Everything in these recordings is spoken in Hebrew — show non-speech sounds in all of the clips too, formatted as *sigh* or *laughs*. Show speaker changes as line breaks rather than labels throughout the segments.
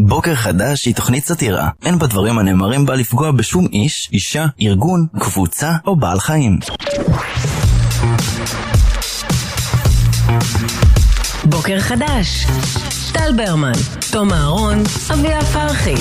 בוקר חדש היא תוכנית סאטירה. אין בדברים הנאמרים בה לפגוע בשום איש, אישה, ארגון, קבוצה או בעל חיים.
בוקר חדש. טל ברמן, תום אהרון, אביה פרחי.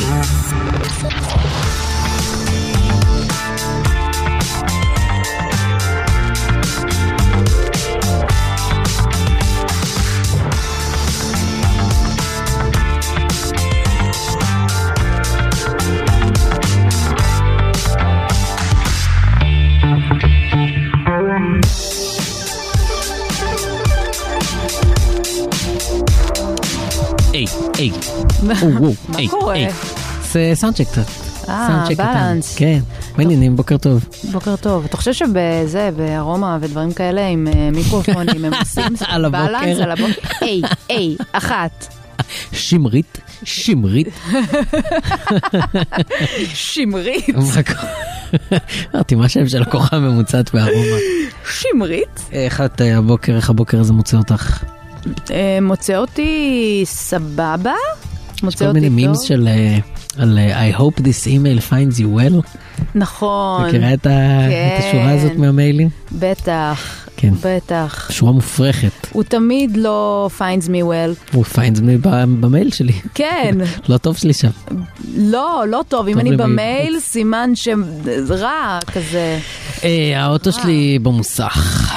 היי, היי,
מה
או, וואו,
מה
היי,
קורה?
היי. זה סאונדשק קצת.
אה,
סאונדשק קטן.
בלנס.
כן, מה העניינים? בוקר טוב.
בוקר טוב. אתה חושב שבזה, בארומה ודברים כאלה עם אה, מיקרופונים, הם עושים
*laughs* על הבוקר.
בלנס על הבוקר? היי, היי, אחת.
שמרית, שמרית.
שמרית.
מה קורה? אמרתי, מה השם של הכוכב הממוצעת בארומה?
שמרית?
איך את אה, הבוקר, איך הבוקר הזה מוצא אותך?
אה, מוצא אותי סבבה?
יש
מוצא
כל
אותי
מיני מימס
טוב?
של... אה, על אה, I hope this email finds you well.
נכון,
מכירה את ה-
כן.
את השורה הזאת מהמיילים?
בטח,
כן.
בטח.
שורה מופרכת.
הוא תמיד לא finds me well.
הוא finds me ב- במייל שלי. *laughs*
כן,
לא טוב שלי שם.
לא, לא טוב. אם
טוב
אני
למי-
במייל, סימן שרע כזה.
אה, האוטו שלי במוסך.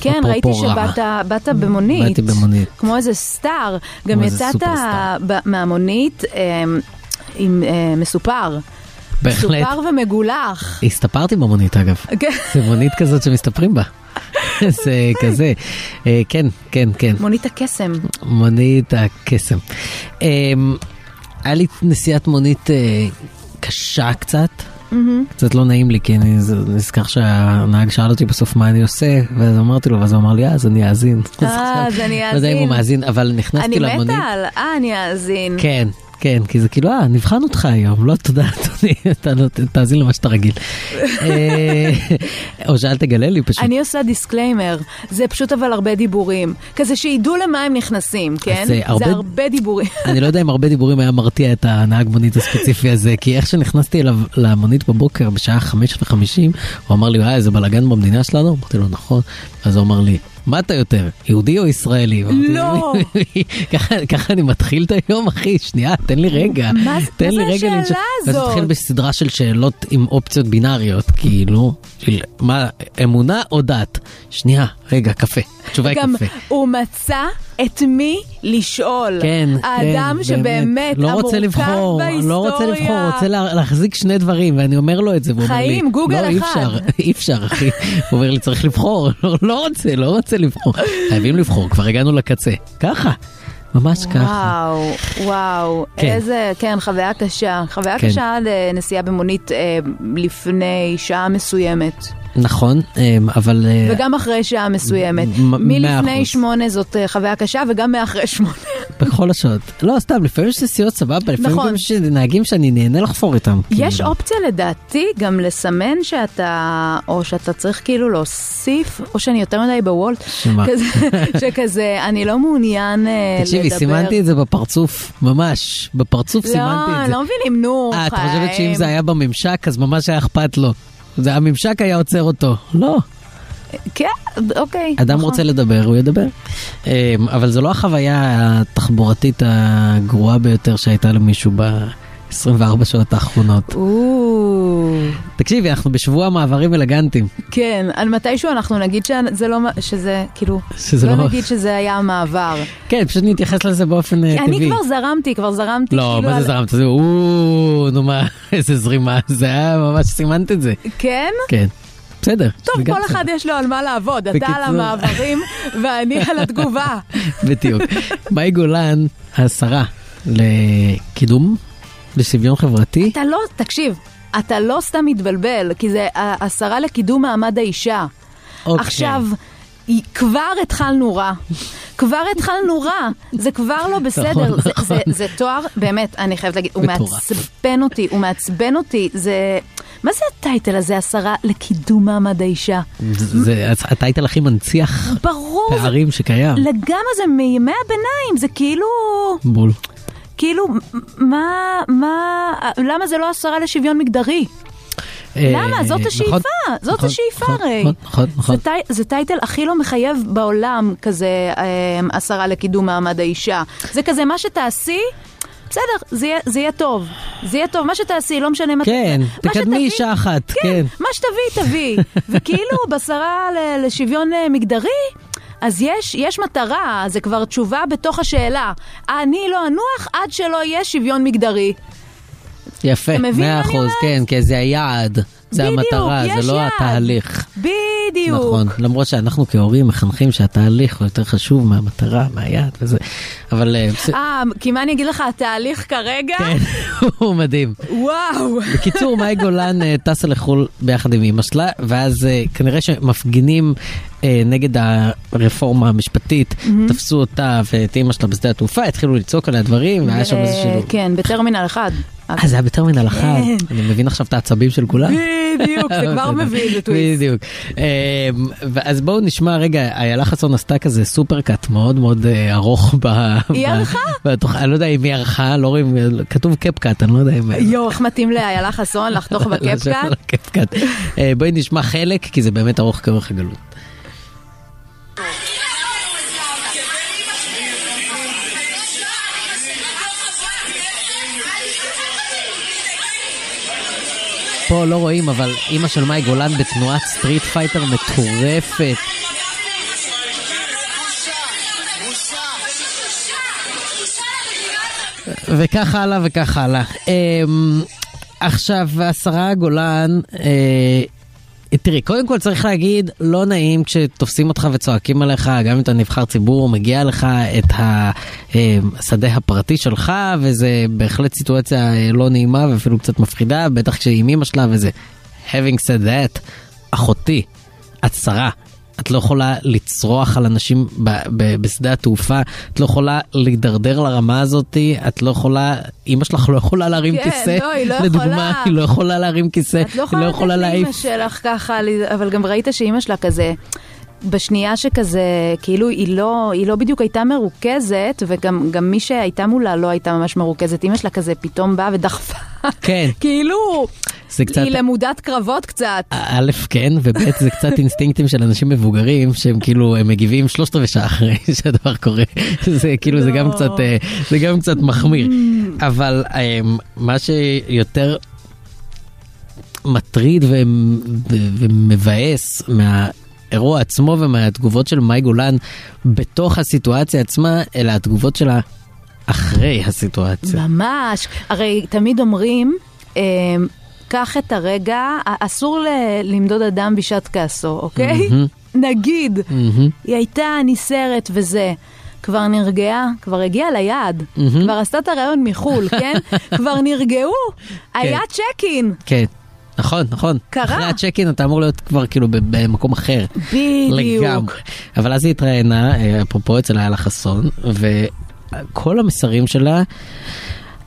כן,
אפרופו
ראיתי
רע.
שבאת באת במונית.
באתי במונית.
כמו איזה סטאר. גם
כמו איזה
יצאת
סופרסטאר.
ב- מהמונית אה, עם אה, מסופר.
בהחלט.
סופר ומגולח.
הסתפרתי במונית אגב.
כן.
זה מונית כזאת שמסתפרים בה. *laughs* זה כזה. אה, כן, כן, כן.
מונית הקסם.
מונית הקסם. אה, היה לי נסיעת מונית אה, קשה קצת. קצת לא נעים לי, כי אני ז- נזכר שהנהג שאל אותי בסוף מה אני עושה, ואז אמרתי לו, ואז הוא אמר לי, אה, אז אני אאזין.
אה, אז אני
*laughs* לא יודע אם הוא
אאזין.
מאזין, אבל
אני
נכנסתי למונית.
מתה על... אה, אני אאזין.
כן, כן, כי זה כאילו, אה, נבחן אותך היום, לא תודה, אדוני, אתה לא- תאזין למה שאתה רגיל. אה, או שאל תגלה לי פשוט.
אני עושה דיסקליימר, זה פשוט אבל הרבה דיבורים. כזה שידעו למה הם נכנסים, כן?
זה אה, הרבה-
זה הרבה
*laughs*
דיבורים.
אני לא יודע אם הרבה דיבורים היה מרתיע את הנהג מונית הספציפי הזה, כי איך שנכנסתי אליו למונית בבוקר בשעה חמש וחמישים, הוא אמר לי, וואי, איזה בלאגן במדינה שלנו? אמרתי לו, נכון. אז הוא אמר לי, מה אתה יותר, יהודי או ישראלי? ואמרתי לו,
לא.
*laughs* "ככה- ככה אני מתחיל את היום, אחי, שנייה, תן לי רגע.
מה זה-
תן
מה
לי
זה
רגע
השאלה
לנשום." ואז
הזאת?
התחיל בסדרה של שאלות עם אופציות בינאריות, כאילו, של מה, אמונה או דת? שנייה, רגע, קפה. התשובה היא
גם
קפה.
הוא מצא את מי לשאול.
כן,
האדם
כן,
שבאמת
לא
המורכב
רוצה לבחור,
בהיסטוריה.
לא רוצה לבחור, רוצה לה, להחזיק שני דברים, ואני אומר לו את זה, והוא אומר לי,
חיים, גוגל
לא, אי
אחד."
אפשר, אי אפשר, אחי. *laughs* הוא אומר לי, צריך לבחור, *laughs* לא, לא רוצה, לא רוצה לבחור. חייבים לבחור, כבר הגענו לקצה. ככה, ממש ככה.
וואו, וואו,
כן.
איזה, כן, חוויה קשה. חוויה
כן.
קשה לנסיעה במונית אה, לפני שעה מסוימת,
נכון, אמ, אבל... אה,
וגם אחרי שעה מסוימת.
מ- מאה
מלפני
אחוז. כן.
שמונה זאת אה, חוויה קשה, וגם מאחרי שמונה.
בכל השעות. לא, סתם, לפעמים יש נסיעות סבבה, לפעמים
נכון.
גם יש נהגים שאני נהנה לחפור איתם.
יש
כאילו.
אופציה לדעתי גם לסמן שאתה, או שאתה צריך כאילו להוסיף, או שאני יותר מדי בוולט,
שמה?
כזה- *laughs* שכזה, אני לא מעוניין אה, לדבר.
תקשיבי, סימנתי את זה בפרצוף, ממש, בפרצוף סימנתי את
לא,
זה.
לא מבינים, נו,
אה,
חיים.
את חושבת שאם זה היה בממשק, אז ממש היה אכפת לו. זה, הממשק היה עוצר אותו. לא.
כן, אוקיי.
אדם
נכון.
רוצה לדבר, הוא ידבר. אמ, אבל זו לא החוויה התחבורתית הגרועה ביותר שהייתה למישהו ב-24 שעות האחרונות.
או,
תקשיבי, אנחנו בשבוע מעברים אלגנטיים.
כן, על מתישהו אנחנו נגיד שזה לא, מה- שזה, כאילו,
שזה
לא
לא-
נגיד שזה היה המעבר.
כן, פשוט נתייחס לזה באופן אה, טבעי.
אני כבר זרמתי, כבר זרמתי,
לא,
כאילו,
מה זה
על-
זרמת? זה או, נו מה, *laughs* איזה זרימה. זה היה ממש, סימנת את זה.
כן?
כן, בסדר. זה
טוב,
גם
כל
בסדר.
אחד יש לו על מה לעבוד, אתה
בקיצור.
על
*laughs*
המעברים ואני על התגובה.
בדיוק. *laughs* מאי גולן, השרה לקידום, לשוויון חברתי.
אתה לא, תקשיב, אתה לא סתם מתבלבל, כי זה ה- השרה לקידום מעמד האישה.
אוקיי.
עכשיו, היא- כבר התחלנו רע. כבר התחלנו רע, זה כבר לא בסדר.
נכון,
זה-
נכון.
זה- זה תואר, באמת, אני חייבת להגיד, הוא
מטורף.
מעצבן אותי, הוא מעצבן אותי. זה... מה זה הטייטל הזה, השרה לקידום מעמד האישה?
זה זה הטייטל הכי מנציח
ברור, זה-
פערים שקיים.
לגמרי זה מימי הביניים, זה כאילו...
בול.
כאילו, מה, מה, למה זה לא השרה לשוויון מגדרי?
אה,
למה? זאת
נכון,
השאיפה, זאת
נכון,
השאיפה
נכון,
הרי.
נכון, נכון, נכון.
זה טי- זה טייטל הכי לא מחייב בעולם, כזה אמ, השרה לקידום מעמד האישה. זה כזה, מה שתעשי, בסדר, זה יהיה- זה יהיה טוב. זה יהיה טוב, מה שתעשי, לא משנה מה...
כן,
מה
תקדמי
שתביאי-
אישה אחת, כן.
מה שתביאי,
*laughs*
תביאי. וכאילו, בשרה ל- לשוויון אה, מגדרי... אז יש, יש מטרה, זה כבר תשובה בתוך השאלה. אני לא אנוח עד שלא יהיה שוויון מגדרי.
יפה,
אתה מבין
מאה
מה אני
אחוז,
אומרת?
כן, כי זה היעד, זה
בדיוק,
המטרה,
יש
זה לא
יעד.
התהליך.
בדיוק.
נכון, למרות שאנחנו כהורים מחנכים שהתהליך הוא יותר חשוב מהמטרה, מהיעד וזה, אבל אה, בסדר,
אה, כי מה אני אגיד לך, התהליך כרגע?
*laughs* כן. הוא מדהים.
וואו.
בקיצור, מאי גולן אה, טסה לחו"ל ביחד עם אמא שלה, ואז אה, כנראה שמפגינים אה, נגד הרפורמה המשפטית, תפסו אותה ואת אמא שלה בשדה התעופה, התחילו לצעוק עליה דברים, והיה שם איזשהו...
כן, בטרמינל 1.
אה, זה היה בטרמינל אחת,
כן.
אני מבין עכשיו את העצבים של כולם. אוקיי.
בדיוק, זה
*laughs*
כבר מביא איזה טוויסט.
בדיוק. אמ, אז בואו נשמע רגע, איילה חסון עשתה כזה סופרקאט מאוד מאוד אה, ארוך ב...
היא
ב-
ערכה?
בתוכ- אני לא יודע אם היא ערכה, לא רואים, כתוב קפקאט, אני לא יודע אם...
יואו, איך מתאים לאיילה חסון
*laughs*
לחתוך
לשבת על
בקפקאט?
הקפקאט. לא אה, בואי נשמע חלק, כי זה באמת ארוך כאורך הגלות. פה לא רואים, אבל אימא של מאי גולן בתנועת סטריט פייטר מטורפת. וכך הלאה וכך הלאה. אמ, עכשיו, השרה גולן, אה, תראי, קודם כל צריך להגיד, לא נעים כשתופסים אותך וצועקים עליך, גם אם אתה נבחר ציבור, מגיע לך את אה, השדה הפרטי שלך, וזה בהחלט סיטואציה אה, לא נעימה ואפילו קצת מפחידה, בטח כשהיא עם אמא שלה וזה. Having said that, אחותי, את שרה. את לא יכולה לצרוח על אנשים ב- ב- בשדה התעופה, את לא יכולה להידרדר לרמה הזאתי, את לא יכולה, אימא שלך לא יכולה להרים
כן,
כיסא,
לא, היא לא
לדוגמה,
יכולה.
היא לא יכולה להרים כיסא,
את לא
היא
יכולה לתת לאימא שלך ככה, ל- אבל גם ראית שאימא שלה כזה... בשנייה שכזה, כאילו היא לא, היא לא בדיוק הייתה מרוכזת, וגם גם מי שהייתה מולה לא הייתה ממש מרוכזת. אימא שלה כזה פתאום באה ודחפה. *laughs*
כן,
כאילו,
זה קצת...
היא למודת קרבות קצת.
א', כן, וב', זה קצת אינסטינקטים של אנשים מבוגרים, שהם כאילו, הם מגיבים שלושת רבעי שעה אחרי *laughs* שהדבר קורה. זה כאילו, זה גם
לא. Mm.
קצת, אה, זה גם קצת מחמיר. אבל אה, מה שיותר מטריד ו- ו- ומבאס מהאירוע עצמו ומהתגובות של מאי גולן בתוך הסיטואציה עצמה, אלא התגובות שלה אחרי הסיטואציה.
ממש. הרי תמיד אומרים, אמ, קח את הרגע, א- אסור ל- למדוד אדם בשעת כעסו, אוקיי?
מהמם.
*laughs* נגיד,
מהמם.
היא הייתה נסערת וזה. כבר נרגעה, כבר הגיעה ליעד,
מהמם.
כבר עשתה את הרעיון
*laughs*
מחו"ל, כן? כבר נרגעו, היה צ'ק אין.
כן, נכון, נכון.
קרה.
אחרי הצ'ק אין אתה אמור להיות כבר כאילו ב- במקום אחר.
בדיוק.
לגמרי. אבל אז היא התראיינה, אה, אפרופו אצל איילה חסון, וכל המסרים שלה...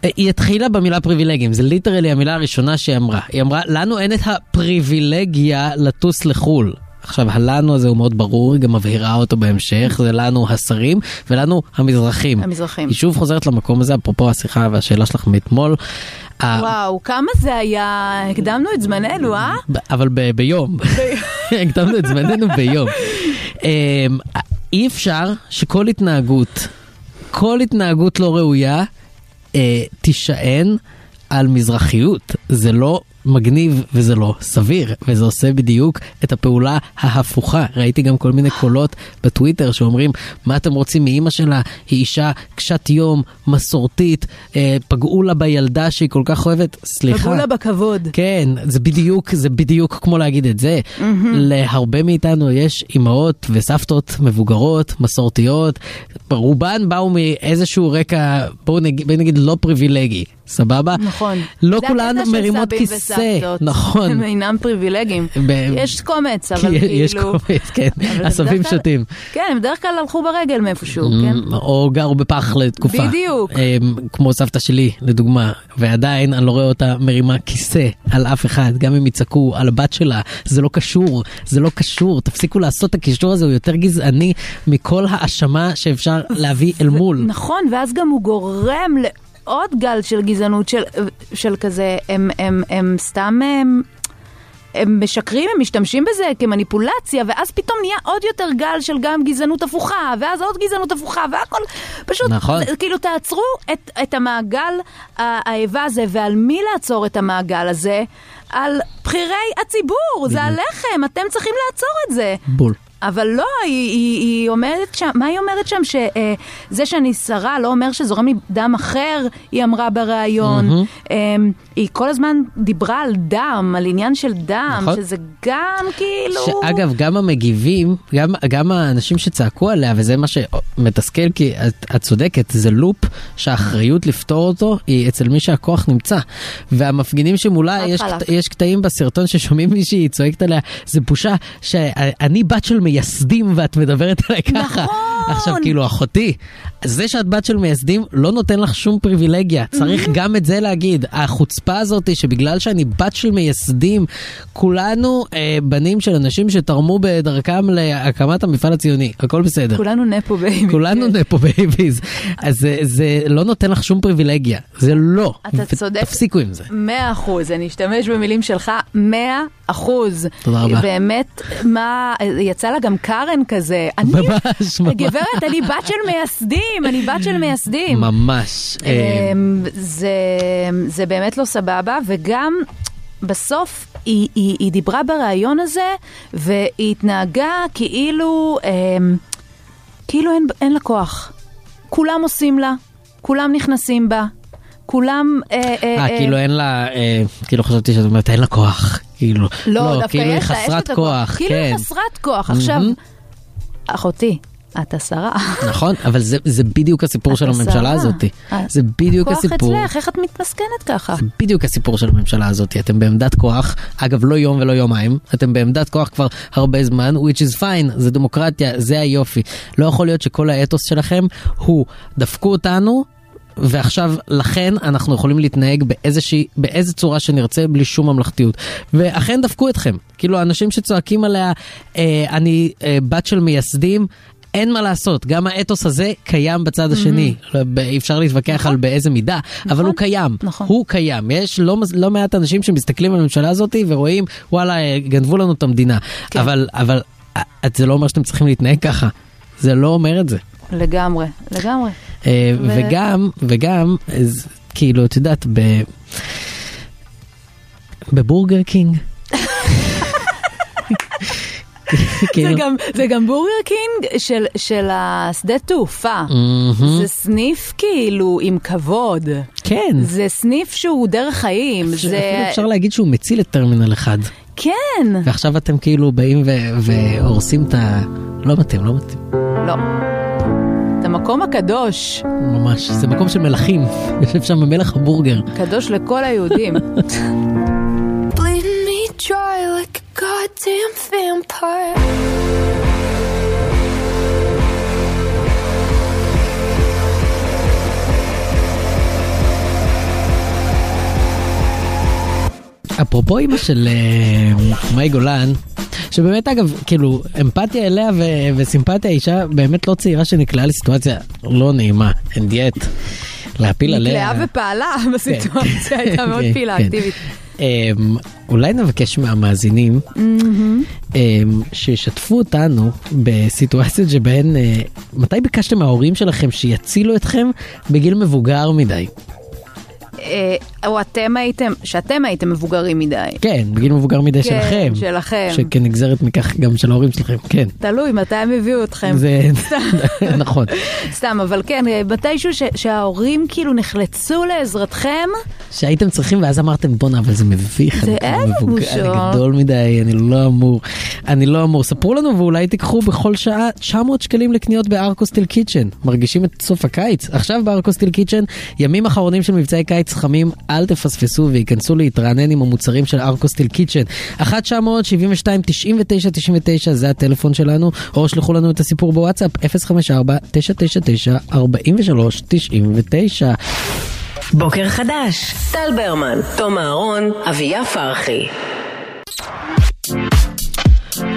אה, היא התחילה במילה פריבילגים, זה ליטרלי המילה הראשונה שהיא אמרה. היא אמרה, לנו אין את הפריבילגיה לטוס לחו"ל. עכשיו, הלנו הזה הוא מאוד ברור, היא גם מבהירה אותו בהמשך, זה לנו השרים ולנו המזרחים.
המזרחים.
היא שוב חוזרת למקום הזה, אפרופו השיחה והשאלה שלך מאתמול. ה-
וואו, כמה זה היה, הקדמנו את זמננו, אה?
ב- אבל ב- ביום. *laughs* הקדמנו את זמננו ביום. אמ, אי אפשר שכל התנהגות, כל התנהגות לא ראויה, אה, תישען על מזרחיות. זה לא מגניב וזה לא סביר, וזה עושה בדיוק את הפעולה ההפוכה. ראיתי גם כל מיני קולות בטוויטר שאומרים, מה אתם רוצים מאימא שלה? היא אישה קשת יום, מסורתית, אה, פגעו לה בילדה שהיא כל כך אוהבת. סליחה.
פגעו לה בכבוד.
כן, זה בדיוק, זה בדיוק כמו להגיד את זה. להרבה מאיתנו יש אימהות וסבתות מבוגרות, מסורתיות, רובן באו מאיזשהו רקע, בואו נגיד, בואו נגיד לא פריבילגי, סבבה?
נכון.
לא
זה
כולן
הקטע של
מרימות
סבים
כיסא,
וסבתות.
נכון.
הם אינם פריבילגיים.
ב-
יש קומץ,
כי
אבל כאילו...
יש קומץ, כן,
אבל
עשבים
בדרך כלל-
שותים. Mm.
כן, הם בדרך כלל הלכו ברגל מאיפשהו, כן?
מ, או גרו בפח לתקופה.
בדיוק.
אמ, כמו סבתא שלי, לדוגמה, ועדיין אני לא רואה אותה מרימה כיסא על אף אחד, גם אם יצעקו על הבת שלה, זה לא קשור, זה לא קשור, תפסיקו לעשות את הקישור הזה, הוא יותר גזעני מכל האשמה שאפשר להביא אל מול.
נכון, ואז גם הוא גורם ל... עוד גל של גזענות של, של כזה, הם, הם, הם סתם... הם... הם משקרים, הם משתמשים בזה כמניפולציה, ואז פתאום נהיה עוד יותר גל של גם גזענות הפוכה, ואז עוד גזענות הפוכה, והכל פשוט,
נכון.
זה- כאילו תעצרו את, את המעגל ה- האיבה הזה, ועל מי לעצור את המעגל הזה? על בכירי הציבור, זה עליכם, אתם צריכים לעצור את זה.
בול.
אבל לא, היא, היא, היא אומרת שם, מה היא אומרת שם? שזה אה, זה שאני שרה לא אומר שזורם לי דם אחר, היא אמרה בריאיון. Mm-hmm. אה, היא כל הזמן דיברה על דם, על עניין של דם,
נכון.
שזה גם כאילו...
שאגב, גם המגיבים, גם, גם האנשים שצעקו עליה, וזה מה שמתסכל, כי את, את צודקת, זה לופ שהאחריות לפתור אותו היא אצל מי שהכוח נמצא. והמפגינים שמולה,
חד
יש,
חלק.
קט- יש קטעים בסרטון ששומעים מישהי, היא צועקת עליה, זה בושה שאני בת של מייסדים ואת מדברת עליי ככה.
נכון.
עכשיו, כאילו, אחותי, זה שאת בת של מייסדים לא נותן לך שום פריבילגיה. צריך גם את זה להגיד. החוצפה הזאת היא שבגלל שאני בת של מייסדים, כולנו אה, בנים של אנשים שתרמו בדרכם להקמת המפעל הציוני. הכל בסדר.
כולנו כן. נפו בייבי.
*laughs* כולנו נפו בייביז. אז זה, זה לא נותן לך שום פריבילגיה. זה לא.
אתה צודק.
תפסיקו עם זה.
מאה אחוז, אני אשתמש במילים שלך, מאה אחוז.
תודה רבה.
באמת, מה, יצא לה גם קארן כזה. אני,
ממש, ממש.
גברת, אני בת של מייסדים, אני בת של מייסדים.
ממש. אה,
אמ, זה, זה באמת לא סבבה, וגם בסוף היא, היא, היא דיברה בריאיון הזה, והיא התנהגה כאילו, אמ, כאילו אין, אין לה כוח. כולם עושים לה, כולם נכנסים בה, כולם... אה,
אה, כאילו אין לה, אה, כאילו חשבתי שאת אומרת אין לה כוח, כאילו,
לא, דווקא
כאילו היא
יש לה, יש לה את
חסרת
הכוח.
כוח,
כאילו
כן,
היא חסרת כוח. עכשיו, אחותי, את השרה.
נכון, אבל זה- זה בדיוק הסיפור של
את
הממשלה
השרה.
הזאת,
אה,
זה בדיוק
כוח
הסיפור,
אצלך, איך את מתמסכנת ככה?
זה בדיוק הסיפור של הממשלה הזאת, אתם בעמדת כוח, אגב לא יום ולא יומיים, אתם בעמדת כוח כבר הרבה זמן, which is fine, זה דמוקרטיה, זה היופי. לא יכול להיות שכל האתוס שלכם הוא, דפקו אותנו, ועכשיו לכן אנחנו יכולים להתנהג באיזושהי, באיזה צורה שנרצה בלי שום ממלכתיות. ואכן דפקו אתכם, כאילו האנשים שצועקים עליה, אה, אני אה, בת של מייסדים. אין מה לעשות, גם האתוס הזה קיים בצד השני. לא, ב- אי אפשר להתווכח על באיזה מידה, אבל הוא קיים.
נכון.
הוא קיים. יש לא, מז- לא מעט אנשים שמסתכלים על הממשלה הזאת ורואים, וואלה, אה, גנבו לנו את המדינה.
כן.
אבל, אבל אה, זה לא אומר שאתם צריכים להתנהג ככה. זה לא אומר את זה.
לגמרי, לגמרי.
אה,
ו-
וגם, וגם, אז, כאילו, את יודעת, ב... בבורגר
*laughs*
קינג.
זה
כאילו,
גם, זה גם בורגר קינג של, של השדה תעופה.
Mm-hmm. מהמם.
זה סניף כאילו עם כבוד.
כן,
זה סניף שהוא דרך חיים.
אפילו
זה...
אפשר להגיד שהוא מציל את טרמינל
*laughs*
1,
כן.
ועכשיו אתם כאילו באים ו- והורסים את ה... לא מתאים, לא מתאים,
לא. את המקום הקדוש.
ממש, זה מקום של מלכים, יושב שם מלך הבורגר.
קדוש לכל
*laughs*
היהודים.
Bleeding me dry like a goddamn vampire.
אפרופו אימא של אה, מאי גולן, שבאמת אגב, כאילו, אמפתיה אליה ו- וסימפתיה, אישה באמת לא צעירה שנקלעה לסיטואציה לא נעימה, אין דיאט, להפיל עליה.
נקלעה ופעלה *laughs* בסיטואציה, הייתה
כן,
מאוד
כן,
פעילה,
כן.
אקטיבית.
אה, אולי נבקש מהמאזינים
Mm-hmm.
אה, שישתפו אותנו בסיטואציות שבהן, אה, מתי ביקשתם מההורים שלכם שיצילו אתכם בגיל מבוגר מדי?
אה, או אתם הייתם, שאתם הייתם מבוגרים מדי.
כן, בגיל מבוגר מדי שלכם.
כן, שלכם.
שכנגזרת מכך גם של ההורים שלכם, כן.
תלוי מתי הם הביאו אתכם.
זה
*laughs*
נכון.
סתם, אבל כן, אה, מתישהו ש- שההורים כאילו נחלצו לעזרתכם,
שהייתם צריכים ואז אמרתם בואנה אבל זה מביך,
זה
אני כבר
אין
מבוגר,
בושה."
אני גדול מדי, אני לא אמור, אני לא אמור, ספרו לנו ואולי תיקחו בכל שעה 900 שקלים לקניות בארקוסטיל קיצ'ן, מרגישים את סוף הקיץ, עכשיו בארקוסטיל קיצ'ן, ימים אחרונים של מבצעי קיץ חמים, אל תפספסו וייכנסו להתרענן עם המוצרים של ארקוסטיל קיצ'ן, 1 972 99 99 זה הטלפון שלנו, או שלחו לנו את הסיפור בוואטסאפ 054 999 43 99
בוקר חדש, טל ברמן, תום אהרון, אביה פרחי.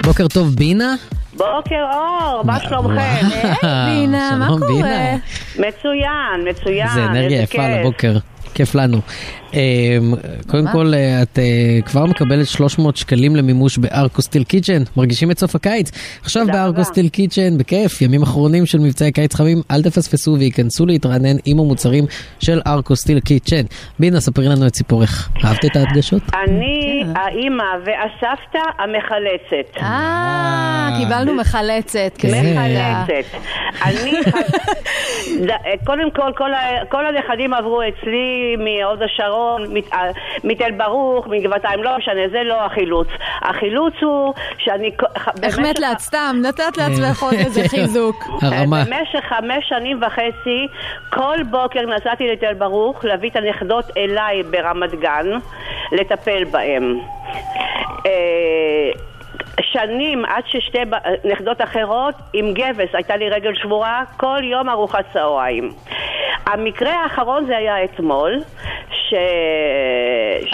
בוקר טוב בינה.
בוקר אור, מה *laughs* שלומכם?
וואו,
בינה, מה
שלום,
קורה?
בינה.
מצוין, מצוין,
זה אנרגיה
איזה
יפה
כיף.
לבוקר. כיף לנו. אמ, קודם כל, אה, את אה, כבר מקבלת 300 שקלים למימוש בארקו סטיל קיצ'ן, מרגישים את סוף הקיץ. עכשיו בארקו סטיל קיצ'ן, בכיף, ימים אחרונים של מבצעי קיץ חמים, אל תפספסו וייכנסו להתרענן עם המוצרים של ארקו סטיל קיצ'ן. בינה, ספרי לנו את סיפורך. אהבת את ההדגשות?
אני האימא והסבתא המחלצת.
אה, קיבלנו מחלצת.
כן.
כסדרה.
מחלצת. אני... ד- קודם כל, כל ה- כל הנכדים עברו אצלי מהוד השרון, מת- אה, מתל ברוך, מגבעתיים, לא משנה, זה לא החילוץ. החילוץ הוא שאני... כ- ח-
החמאת
במשך-
לעצ- סתם, נתת לעצמך
כן.
עוד
*laughs*
איזה חיזוק.
הרמה.
אה, במשך חמש שנים וחצי, כל בוקר נסעתי לתל ברוך להביא את הנכדות אליי ברמת גן, לטפל בהן. אה, שנים עד ששתי ב- נכדות אחרות עם גבס, הייתה לי רגל שבורה, כל יום ארוחת צהריים. המקרה האחרון זה היה אתמול, ש...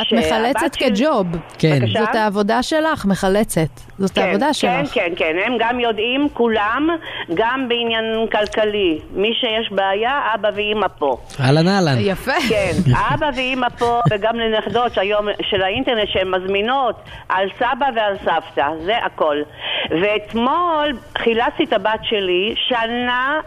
את
שהבת
מחלצת
שלי-
כג'וב.
כן.
בבקשה?
זאת העבודה שלך, מחלצת. זאת
כן,
העבודה
כן,
שלך.
כן, כן, הם גם יודעים, כולם, גם בעניין כלכלי. מי שיש בעיה, אבא ואימא פה.
אהלן אהלן.
יפה. *laughs*
כן, אבא ואימא פה, וגם לנכדות היום של האינטרנט שהן מזמינות על סבא ועל סבתא, זה הכל. ואתמול חילצתי את הבת שלי, שנה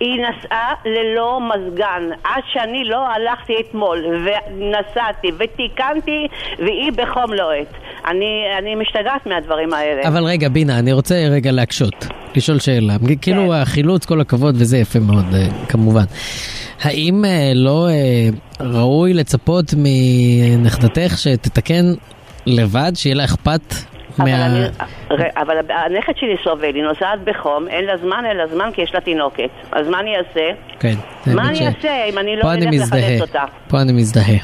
היא נסעה ללא מזגן, עד שאני לא הלכתי אתמול, ונסעתי, ותיקנתי, והיא בחום לוהט. אני, אני משתגעת מהדברים האלה.
אבל רגע, בינה, אני רוצה רגע להקשות, לשאול שאלה.
כן.
כאילו החילוץ, כל הכבוד, וזה יפה מאוד, אה, כמובן. האם אה, לא אה, ראוי לצפות מנכדתך שתתקן לבד, שיהיה לה אכפת
אבל,
מה...
אני, ר- אבל הנכד שלי סובל, היא נוסעת בחום, אין לה זמן, אין לה זמן כי יש לה תינוקת. אז מה אני אעשה?
כן,
מה
האמת ש-
אני אעשה אם אני לא
פה אני
אלך
מזדהה.
לחלץ אותה?
פה אני מזדהה.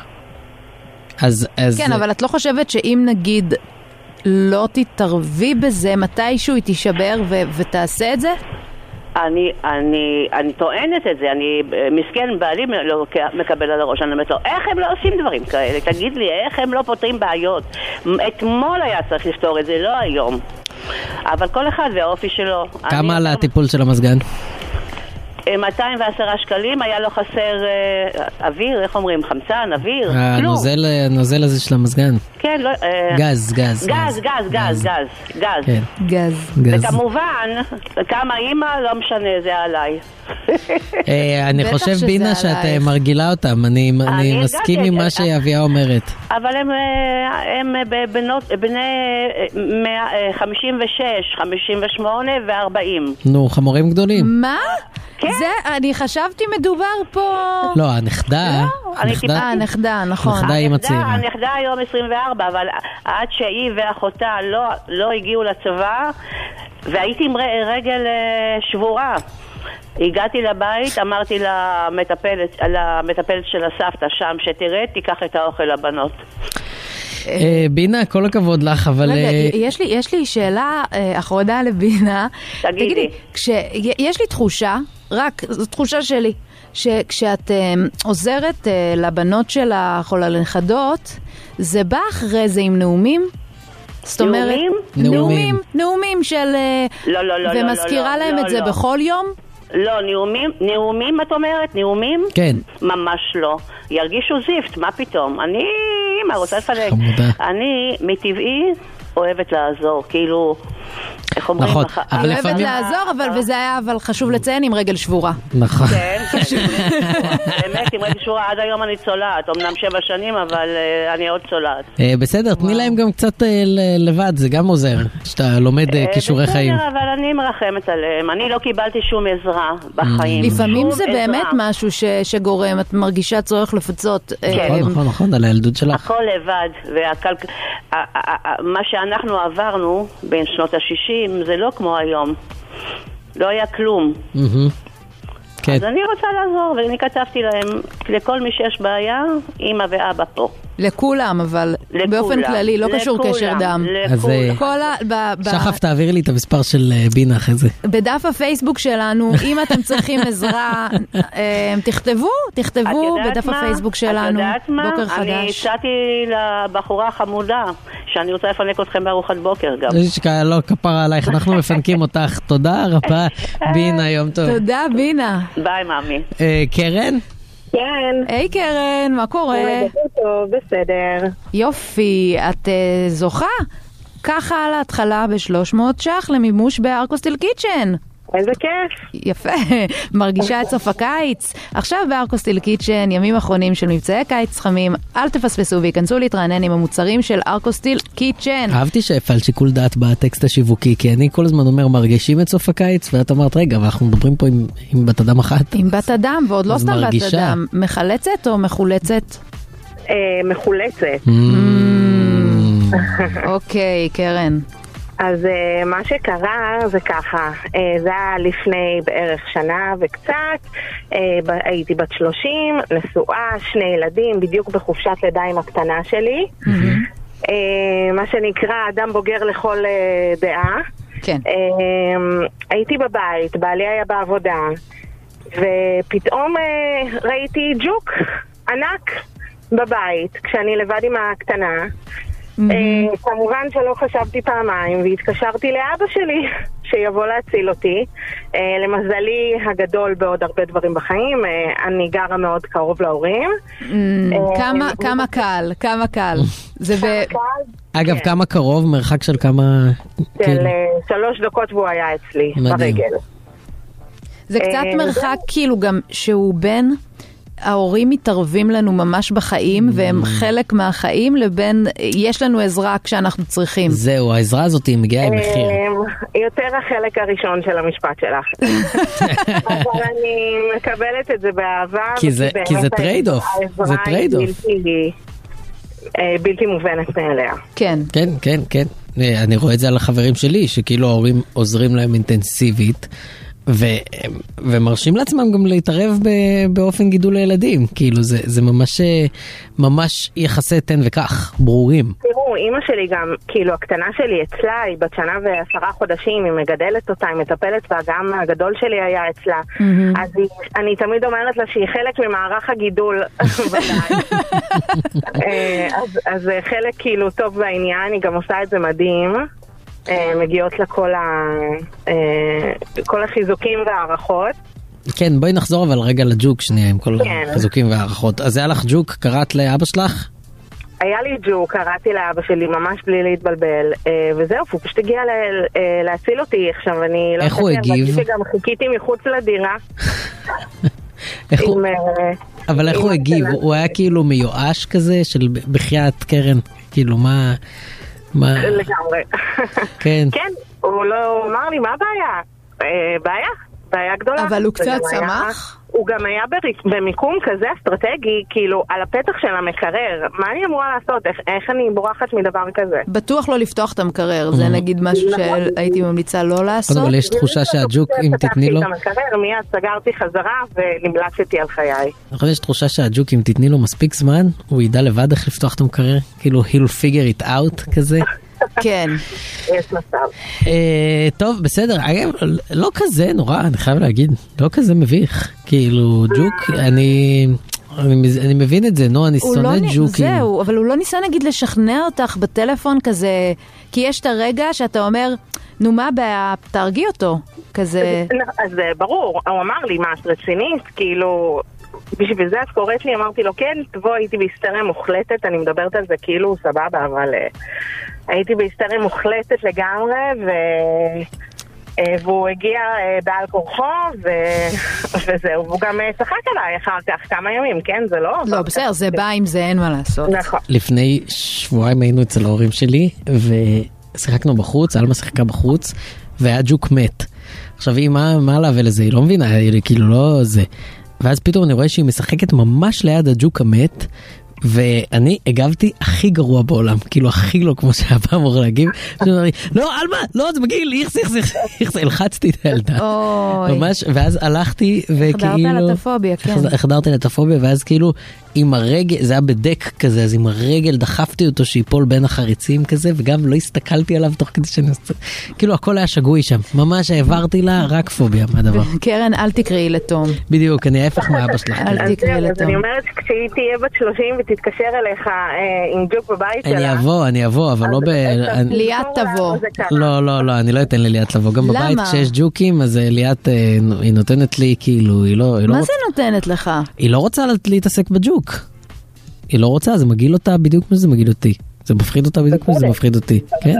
אז... אז-
כן, אבל את לא חושבת שאם נגיד לא תתערבי בזה, מתישהו היא תישבר ו- ותעשה את זה?
אני, אני, אני טוענת את זה, אני אה, מסכן, בעלי מ- לא לוקח- מקבל על הראש, אני אומרת לו, איך הם לא עושים דברים כאלה? תגיד לי, איך הם לא פותרים בעיות? מ- אתמול היה צריך לפתור את זה, לא היום. אבל כל אחד והאופי שלו.
כמה על
אני-
הטיפול של המזגן?
אה, 210 שקלים, היה לו חסר אה, אוויר, איך אומרים? חמצן, אוויר?
אה,
כלום.
הנוזל הנוזל הזה של המזגן.
כן, לא... אה,
גז, גז.
גז, גז, גז, גז, גז.
כן,
גז.
גז.
וכמובן, כמה אימא, לא משנה, זה עליי.
אה, אני
בטח
חושב,
שזה
בינה, שאת אה,
עלייך.
מרגילה אותם. אני- אני
הרגעתי
מסכים
את
עם
זה.
מה שאביה אומרת.
אבל הם, אה, הם אה, בבנות, בני אה, מאה, אה, 56, 58 ו-40.
נו, חמורים גדולים.
מה?
כן.
זה, אני חשבתי מדובר פה...
לא, הנכדה,
אני
הנכדה,
אה, נכדה, נכון.
נכדה אימא צעירה.
הנכדה היום 24, אבל עד שהיא ואחותה לא, לא הגיעו לצבא, והייתי עם ר- רגל אה, שבורה. הגעתי לבית, אמרתי למטפלת, למטפלת של הסבתא שם, שתראה, תיקח את האוכל לבנות.
אה, בינה, כל הכבוד לך, אבל...
רגע,
אה,
יש לי, יש לי שאלה אה, אחרונה לבינה.
תגידי.
כש, יש לי תחושה, רק, זו תחושה שלי, שכשאת אה, עוזרת אה, לבנות שלך או לנכדות, זה בא אחרי זה עם נאומים? זאת אומרת,
נאומים?
נאומים.
נאומים, נאומים של... אה,
לא, לא, לא, לא,
ומזכירה
לא, לא,
להם
לא,
את זה
לא.
בכל יום?
לא, נאומים, נאומים את אומרת? נאומים?
כן.
ממש לא. ירגישו זיפט, מה פתאום? אני, אמא, רוצה לפלג.
חמודה.
אני, מטבעי, אוהבת לעזור, כאילו, איך אומרים?
נכון,
אח-
אבל
אוהבת
אוהבת
לפעמים-
לעזור, אבל וזה היה אבל חשוב לציין עם רגל שבורה.
נכון. *laughs*
כן, כן, באמת, עם רגע שורה, עד היום אני צולעת, אמנם שבע שנים, אבל אה, אני עוד צולעת.
אה, בסדר, תני להם גם קצת אה, ל- לבד, זה גם עוזר, שאתה לומד אה,
אה,
כישורי
בסדר,
חיים.
אבל אני מרחמת עליהם, אני לא קיבלתי שום עזרה
Mm.
בחיים.
לפעמים
שום
זה
עזרה.
באמת משהו ש- שגורם, את מרגישה צורך לפצות. אה,
כן.
נכון, נכון, נכון, על הילדות שלך.
הכל לבד, והכל... ה- ה- ה- מה שאנחנו עברנו בין שנות ה-60 זה לא כמו היום. לא היה כלום.
מהמם. כן,
אז אני רוצה לעזור, ואני כתבתי להם, לכל מי שיש בעיה, אימא ואבא פה.
לכולם, אבל
לכולם.
באופן כללי, לא קשור
לכולם,
קשר דם.
אז, אה,
לכולם.
כל ה... ב- ב-
שחף, תעביר לי את המספר של אה, בינה אחרי זה.
בדף הפייסבוק שלנו, אם אתם צריכים
*laughs*
עזרה, אה, תכתבו, תכתבו
את יודעת
בדף
מה?
הפייסבוק שלנו,
את יודעת מה?
בוקר
אני
חדש.
הצעתי לבחורה החמודה, שאני רוצה לפנק אתכם בארוחת בוקר גם.
יש כאלה, לא כפרה עלייך, אנחנו מפנקים אותך. תודה רבה, בינה, יום טוב.
תודה, בינה.
ביי, מאמי.
אה, קרן?
כן,
היי קרן, מה קורה?
בסדר, טוב, בסדר.
יופי, את אה, זוכה? ככה על ההתחלה ב-300 ש"ח למימוש בארקוסטיל קיצ'ן.
איזה כיף.
יפה, מרגישה את סוף הקיץ. עכשיו בארקוסטיל קיצ'ן, ימים אחרונים של מבצעי קיץ חמים. אל תפספסו וייכנסו להתרענן עם המוצרים של ארקוסטיל קיצ'ן.
אהבתי שהפעלת שיקול דעת בטקסט השיווקי, כי אני כל הזמן אומר, מרגישים את סוף הקיץ, ואת אמרת, רגע, אבל אנחנו מדברים פה עם- עם בת אדם אחת.
עם בת אדם, ועוד לא
אז
סתם בת
מרגישה.
אדם. מחלצת או מחולצת?
אה, מחולצת.
אוקיי, קרן.
אז אה, מה שקרה זה ככה, אה, זה היה לפני בערך שנה וקצת, אה, ב- הייתי בת 30, נשואה, שני ילדים, בדיוק בחופשת לידה עם הקטנה שלי. אה, מה שנקרא, אדם בוגר לכל אה, דעה.
כן.
אמ, הייתי בבית, בעלי היה בעבודה, ופתאום אה, ראיתי ג'וק ענק בבית, כשאני לבד עם הקטנה. אה, כמובן שלא חשבתי פעמיים, והתקשרתי לאבא שלי *laughs* שיבוא להציל אותי. אה, למזלי הגדול בעוד הרבה דברים בחיים, אה, אני גרה מאוד קרוב להורים. אה,
Mm, כמה-
הוא-
כמה קל, כמה קל. זה ב...
אגב, כמה קרוב, מרחק של כמה...
של
כאילו,
אה, שלוש דקות והוא היה אצלי,
מדהים.
ברגל.
זה קצת
אה,
מרחק כאילו גם שהוא בין ההורים מתערבים לנו ממש בחיים
Mm.
והם חלק מהחיים לבין אה, יש לנו עזרה כשאנחנו צריכים.
זהו, העזרה הזאת היא מגיעה
אה,
עם מחיר.
אמ, יותר החלק הראשון של המשפט שלך.
*laughs*
אבל אני מקבלת את זה באהבה.
כי זה-
ובאמת
כי זה trade-off,
העזרה
זה
היא
trade-off.
בלתי- אה, בלתי מובנת מאליה.
כן.
כן, כן, כן. אה, אני רואה את זה על החברים שלי, שכאילו ההורים עוזרים להם אינטנסיבית, והם- ומרשים לעצמם גם להתערב ב, באופן גידול הילדים. כאילו, זה, זה ממש, אה, ממש יחסי תן וקח, ברורים.
תראו, אימא שלי גם, כאילו, הקטנה שלי אצלה, היא בת שנה ועשרה חודשים, היא מגדלת אותה, היא מטפלת בה, גם הגדול שלי היה אצלה. אז היא, אני תמיד אומרת לה שהיא חלק ממערך הגידול. *laughs* בוודאי. אה, אז- אז זה חלק, כאילו, טוב בעניין, היא גם עושה את זה מדהים. אה, מגיעות לה כל ה- אה, כל החיזוקים וההערכות.
כן, בואי נחזור אבל רגע לג'וק שנייה, עם כל
כן.
החזוקים וההערכות. אז היה לך ג'וק, קראת לאבא שלך?
היה לי ג'וק, קראתי לאבא שלי ממש בלי להתבלבל, אה, וזהו, הוא פשוט הגיע ל- אה, להציל אותי עכשיו, אני לא
איך הוא
יודעת,
הגיב?
אני גם חיכיתי מחוץ לדירה.
איך הוא,
עם, אה,
אבל איך
עם
הוא
הקטנה.
הגיב? הוא היה כאילו מיואש כזה, של ב- בחייאת קרן? כאילו, מה... מה...
אה,
*laughs*
לגמרי.
כן.
כן, הוא לא, הוא אמר לי, מה הבעיה? אה, בעיה, בעיה גדולה.
אבל הוא קצת
וגם היה-
שמח?
הוא גם היה בריק- במיקום כזה אסטרטגי, כאילו, על הפתח של המקרר. מה אני אמורה לעשות? איך- איך אני בורחת מדבר כזה?
בטוח לא לפתוח את המקרר, זה נגיד משהו
נכון.
שהייתי ממליצה לא
קודם
לעשות.
כל Mm-hmm. יש תחושה שהג'וק, אם תתני לו,
אה, פתחתי את המקרר, מיד סגרתי חזרה ונמלצתי על חיי.
נכון יש תחושה שהג'וק, אם תתני לו מספיק זמן, הוא ידע לבד איך לפתוח את המקרר, כאילו he'll figure it out כזה.
כן.
יש מצב.
אה, טוב, בסדר, אגב, לא כזה נורא, אני חייב להגיד, לא כזה מביך, כאילו ג'וק, אני... אני, מז- אני מבין את זה, נו, אני
הוא לא
שונא
נ-
ג'וקים.
זהו, אבל הוא לא ניסה נגיד לשכנע אותך בטלפון כזה, כי יש את הרגע שאתה אומר, נו מה הבעיה, תהרגי אותו. כזה,
לא, אז זה ברור, הוא אמר לי, מה, את רצינית? כאילו, בשביל זה את קוראת לי? אמרתי לו, כן, תבוא, הייתי בהיסטריה מוחלטת, אני מדברת על זה כאילו, סבבה, אבל אה, הייתי בהיסטריה מוחלטת לגמרי, ו... אה, והוא הגיע אה, בעל כורחו, ו... *laughs* וזהו, והוא גם אה, צחק עליי אחר כך כמה ימים, כן? זה לא...
לא בסדר, זה בא עם זה, אין מה לעשות.
נכון.
לפני שבועיים היינו אצל ההורים שלי, ושיחקנו בחוץ, עלמה שיחקה בחוץ, והג'וק מת. עכשיו היא, מה, מה לה ולזה? היא לא מבינה, היא כאילו לא זה. ואז פתאום אני רואה שהיא משחקת ממש ליד הג'וק המת, ואני הגבתי הכי גרוע בעולם, כאילו הכי לא כמו שהיה אמור להגיב. אז הוא אמר לי, לא, עלמה, לא, זה מגעיל, איכס, איכס, איכס, איכס, הלחצתי את הילדה.
אוי.
ממש, ואז הלכתי, וכאילו...
החדרת לטפוביה, כן.
החד- החדרתי לטפוביה, ואז כאילו עם הרגל, זה היה בדק כזה, אז עם הרגל דחפתי אותו שיפול בין החריצים כזה, וגם לא הסתכלתי עליו תוך כדי שאני עושה... כאילו הכל היה שגוי שם. ממש העברתי לה רק פוביה מהדבר.
קרן, אל תקראי לתום.
בדיוק, אני ההפך מאבא שלך.
אל
כאילו.
תקראי
אז
לתום.
אני אומרת שכשהיא תהיה בת 30 ותתקשר אליך אה, עם ג'וק בבית שלה...
אני אבוא, אני אבוא, אבל לא ב...
אה,
אז
אני-
ליאת
תספרו לנו
תבוא.
זה ככה.
לא, לא, לא, אני לא אתן לליאת לבוא. גם
למה?
בבית כשיש ג'וקים, אז אה, ליאת, אה, נו, היא נותנת לי, כאילו, היא לא... היא לא
מה
רוצ-
זה נותנת לך?
היא לא רוצה לה- להתעסק בג'וק. היא לא רוצה, זה מגעיל אותה בדיוק כמו שזה מגעיל אותי. זה מפחיד אותה בדיוק כמו שזה מפחיד אותי, כן.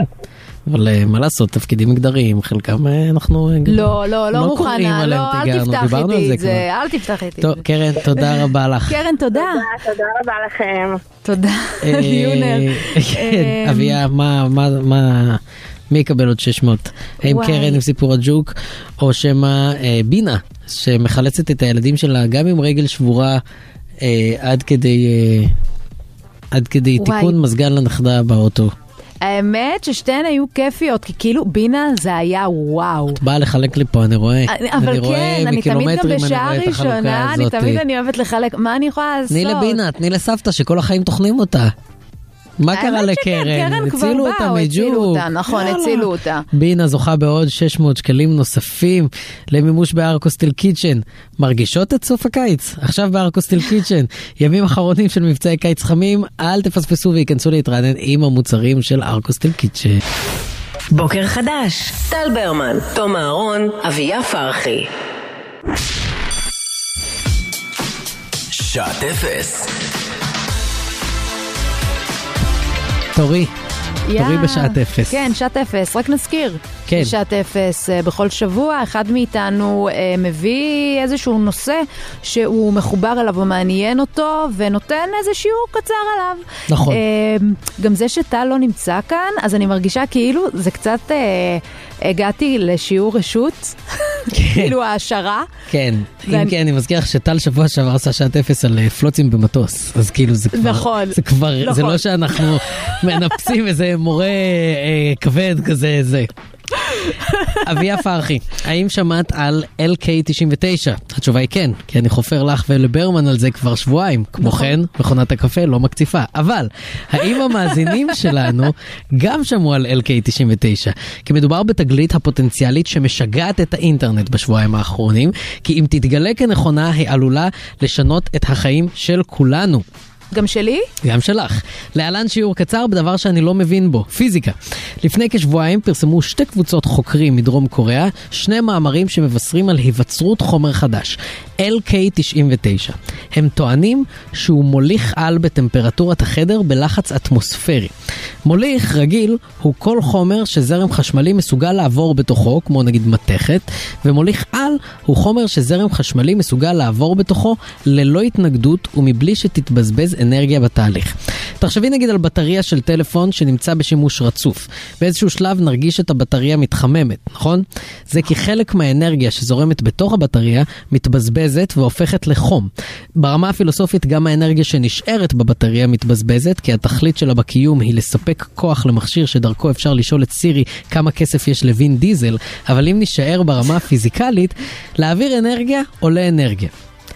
אבל אה, מה לעשות, תפקידים מגדריים, חלקם אה, אנחנו... אה, גם-
לא, לא, לא
קוראים
מוכנה,
עליהם
לא, אל
תיגרנו,
תפתח
דיברנו על
איתי את
כבר.
זה, אל תפתח איתי את
טוב, כן.
זה.
קרן, תודה רבה לך.
קרן, תודה.
תודה רבה לכם.
תודה, *laughs* יונר.
אה, כן,
אה,
אביה, מה, מה, מה, מי יקבל עוד 600? האם
וואי.
קרן עם סיפור הג'וק, או שמא אה, בינה, שמחלצת את הילדים שלה גם עם רגל שבורה אה, עד כדי, אה, עד כדי
וואי.
תיקון מזגן לנכדה באוטו.
האמת ששתיהן היו כיפיות, כי כאילו בינה זה היה וואו.
באה לחלק לי פה, אני רואה.
אני- אבל
אה, אני רואה
כן, אני תמיד גם
מקילומטרים, אני
בשעה
רואה את החלוקה
ראשונה, אני
הזאת.
תמיד אני אוהבת לחלק, מה אני יכולה לעשות?
תני לבינה, תני לסבתא שכל החיים טוחנים אותה. מה
האמת
קרה
שכן,
לקרן?
קרן כבר
הצילו
באו,
אותה מג'וק.
הצילו אותה, נכון,
יאללה.
הצילו אותה.
בינה זוכה בעוד 600 שקלים נוספים למימוש בארקוסטיל קיצ'ן. מרגישות את סוף הקיץ? עכשיו בארקוסטיל קיצ'ן. ימים אחרונים של מבצעי קיץ חמים, אל תפספסו וייכנסו להתרענן עם המוצרים של ארקוסטיל קיצ'ן.
בוקר חדש. טל ברמן, תום אהרון, אביה פרחי.
שעת אפס.
תורי,
יא.
תורי בשעת אפס.
כן, שעת אפס, רק נזכיר.
כן.
שעת אפס אה, בכל שבוע, אחד מאיתנו אה, מביא איזשהו נושא שהוא מחובר אליו ומעניין אותו, ונותן איזה שיעור קצר עליו.
נכון.
אה, גם זה שטל לא נמצא כאן, אז אני מרגישה כאילו זה קצת... אה, הגעתי לשיעור
*laughs*
רשות, כאילו העשרה.
כן, אם
ואני-
כן, אני מזכיר לך שטל שבוע שעבר עשה שעת אפס על אה, פלוצים במטוס, אז כאילו זה כבר,
נכון,
זה כבר, זה
נכון.
לא שאנחנו מנפצים איזה מורה אה, כבד כזה, זה. אביה פרחי, האם שמעת על LK99? התשובה היא כן, כי אני חופר לך ולברמן על זה כבר שבועיים. כמו כן, מכונת הקפה לא מקציפה. אבל, האם המאזינים שלנו גם שמעו על LK99? כי מדובר בתגלית הפוטנציאלית שמשגעת את האינטרנט בשבועיים האחרונים, כי אם תתגלה כנכונה, היא עלולה לשנות את החיים של כולנו.
גם שלי?
גם שלך. להלן שיעור קצר בדבר שאני לא מבין בו, פיזיקה. לפני כשבועיים פרסמו שתי קבוצות חוקרים מדרום קוריאה, שני מאמרים שמבשרים על היווצרות חומר חדש, LK99. הם טוענים שהוא מוליך על בטמפרטורת החדר בלחץ אטמוספרי. מוליך רגיל הוא כל חומר שזרם חשמלי מסוגל לעבור בתוכו, כמו נגיד מתכת, ומוליך על הוא חומר שזרם חשמלי מסוגל לעבור בתוכו ללא התנגדות ומבלי שתתבזבז אנרגיה בתהליך. תחשבי נגיד על בטריה של טלפון שנמצא בשימוש רצוף. באיזשהו שלב נרגיש את הבטריה מתחממת, נכון? זה כי חלק מהאנרגיה שזורמת בתוך הבטריה מתבזבזת והופכת לחום. ברמה הפילוסופית גם האנרגיה שנשארת בבטריה מתבזבזת, כי התכלית שלה בקיום היא לספק כוח למכשיר שדרכו אפשר לשאול את סירי כמה כסף יש לווין דיזל, אבל אם נישאר ברמה הפיזיקלית, להעביר אנרגיה עולה אנרגיה.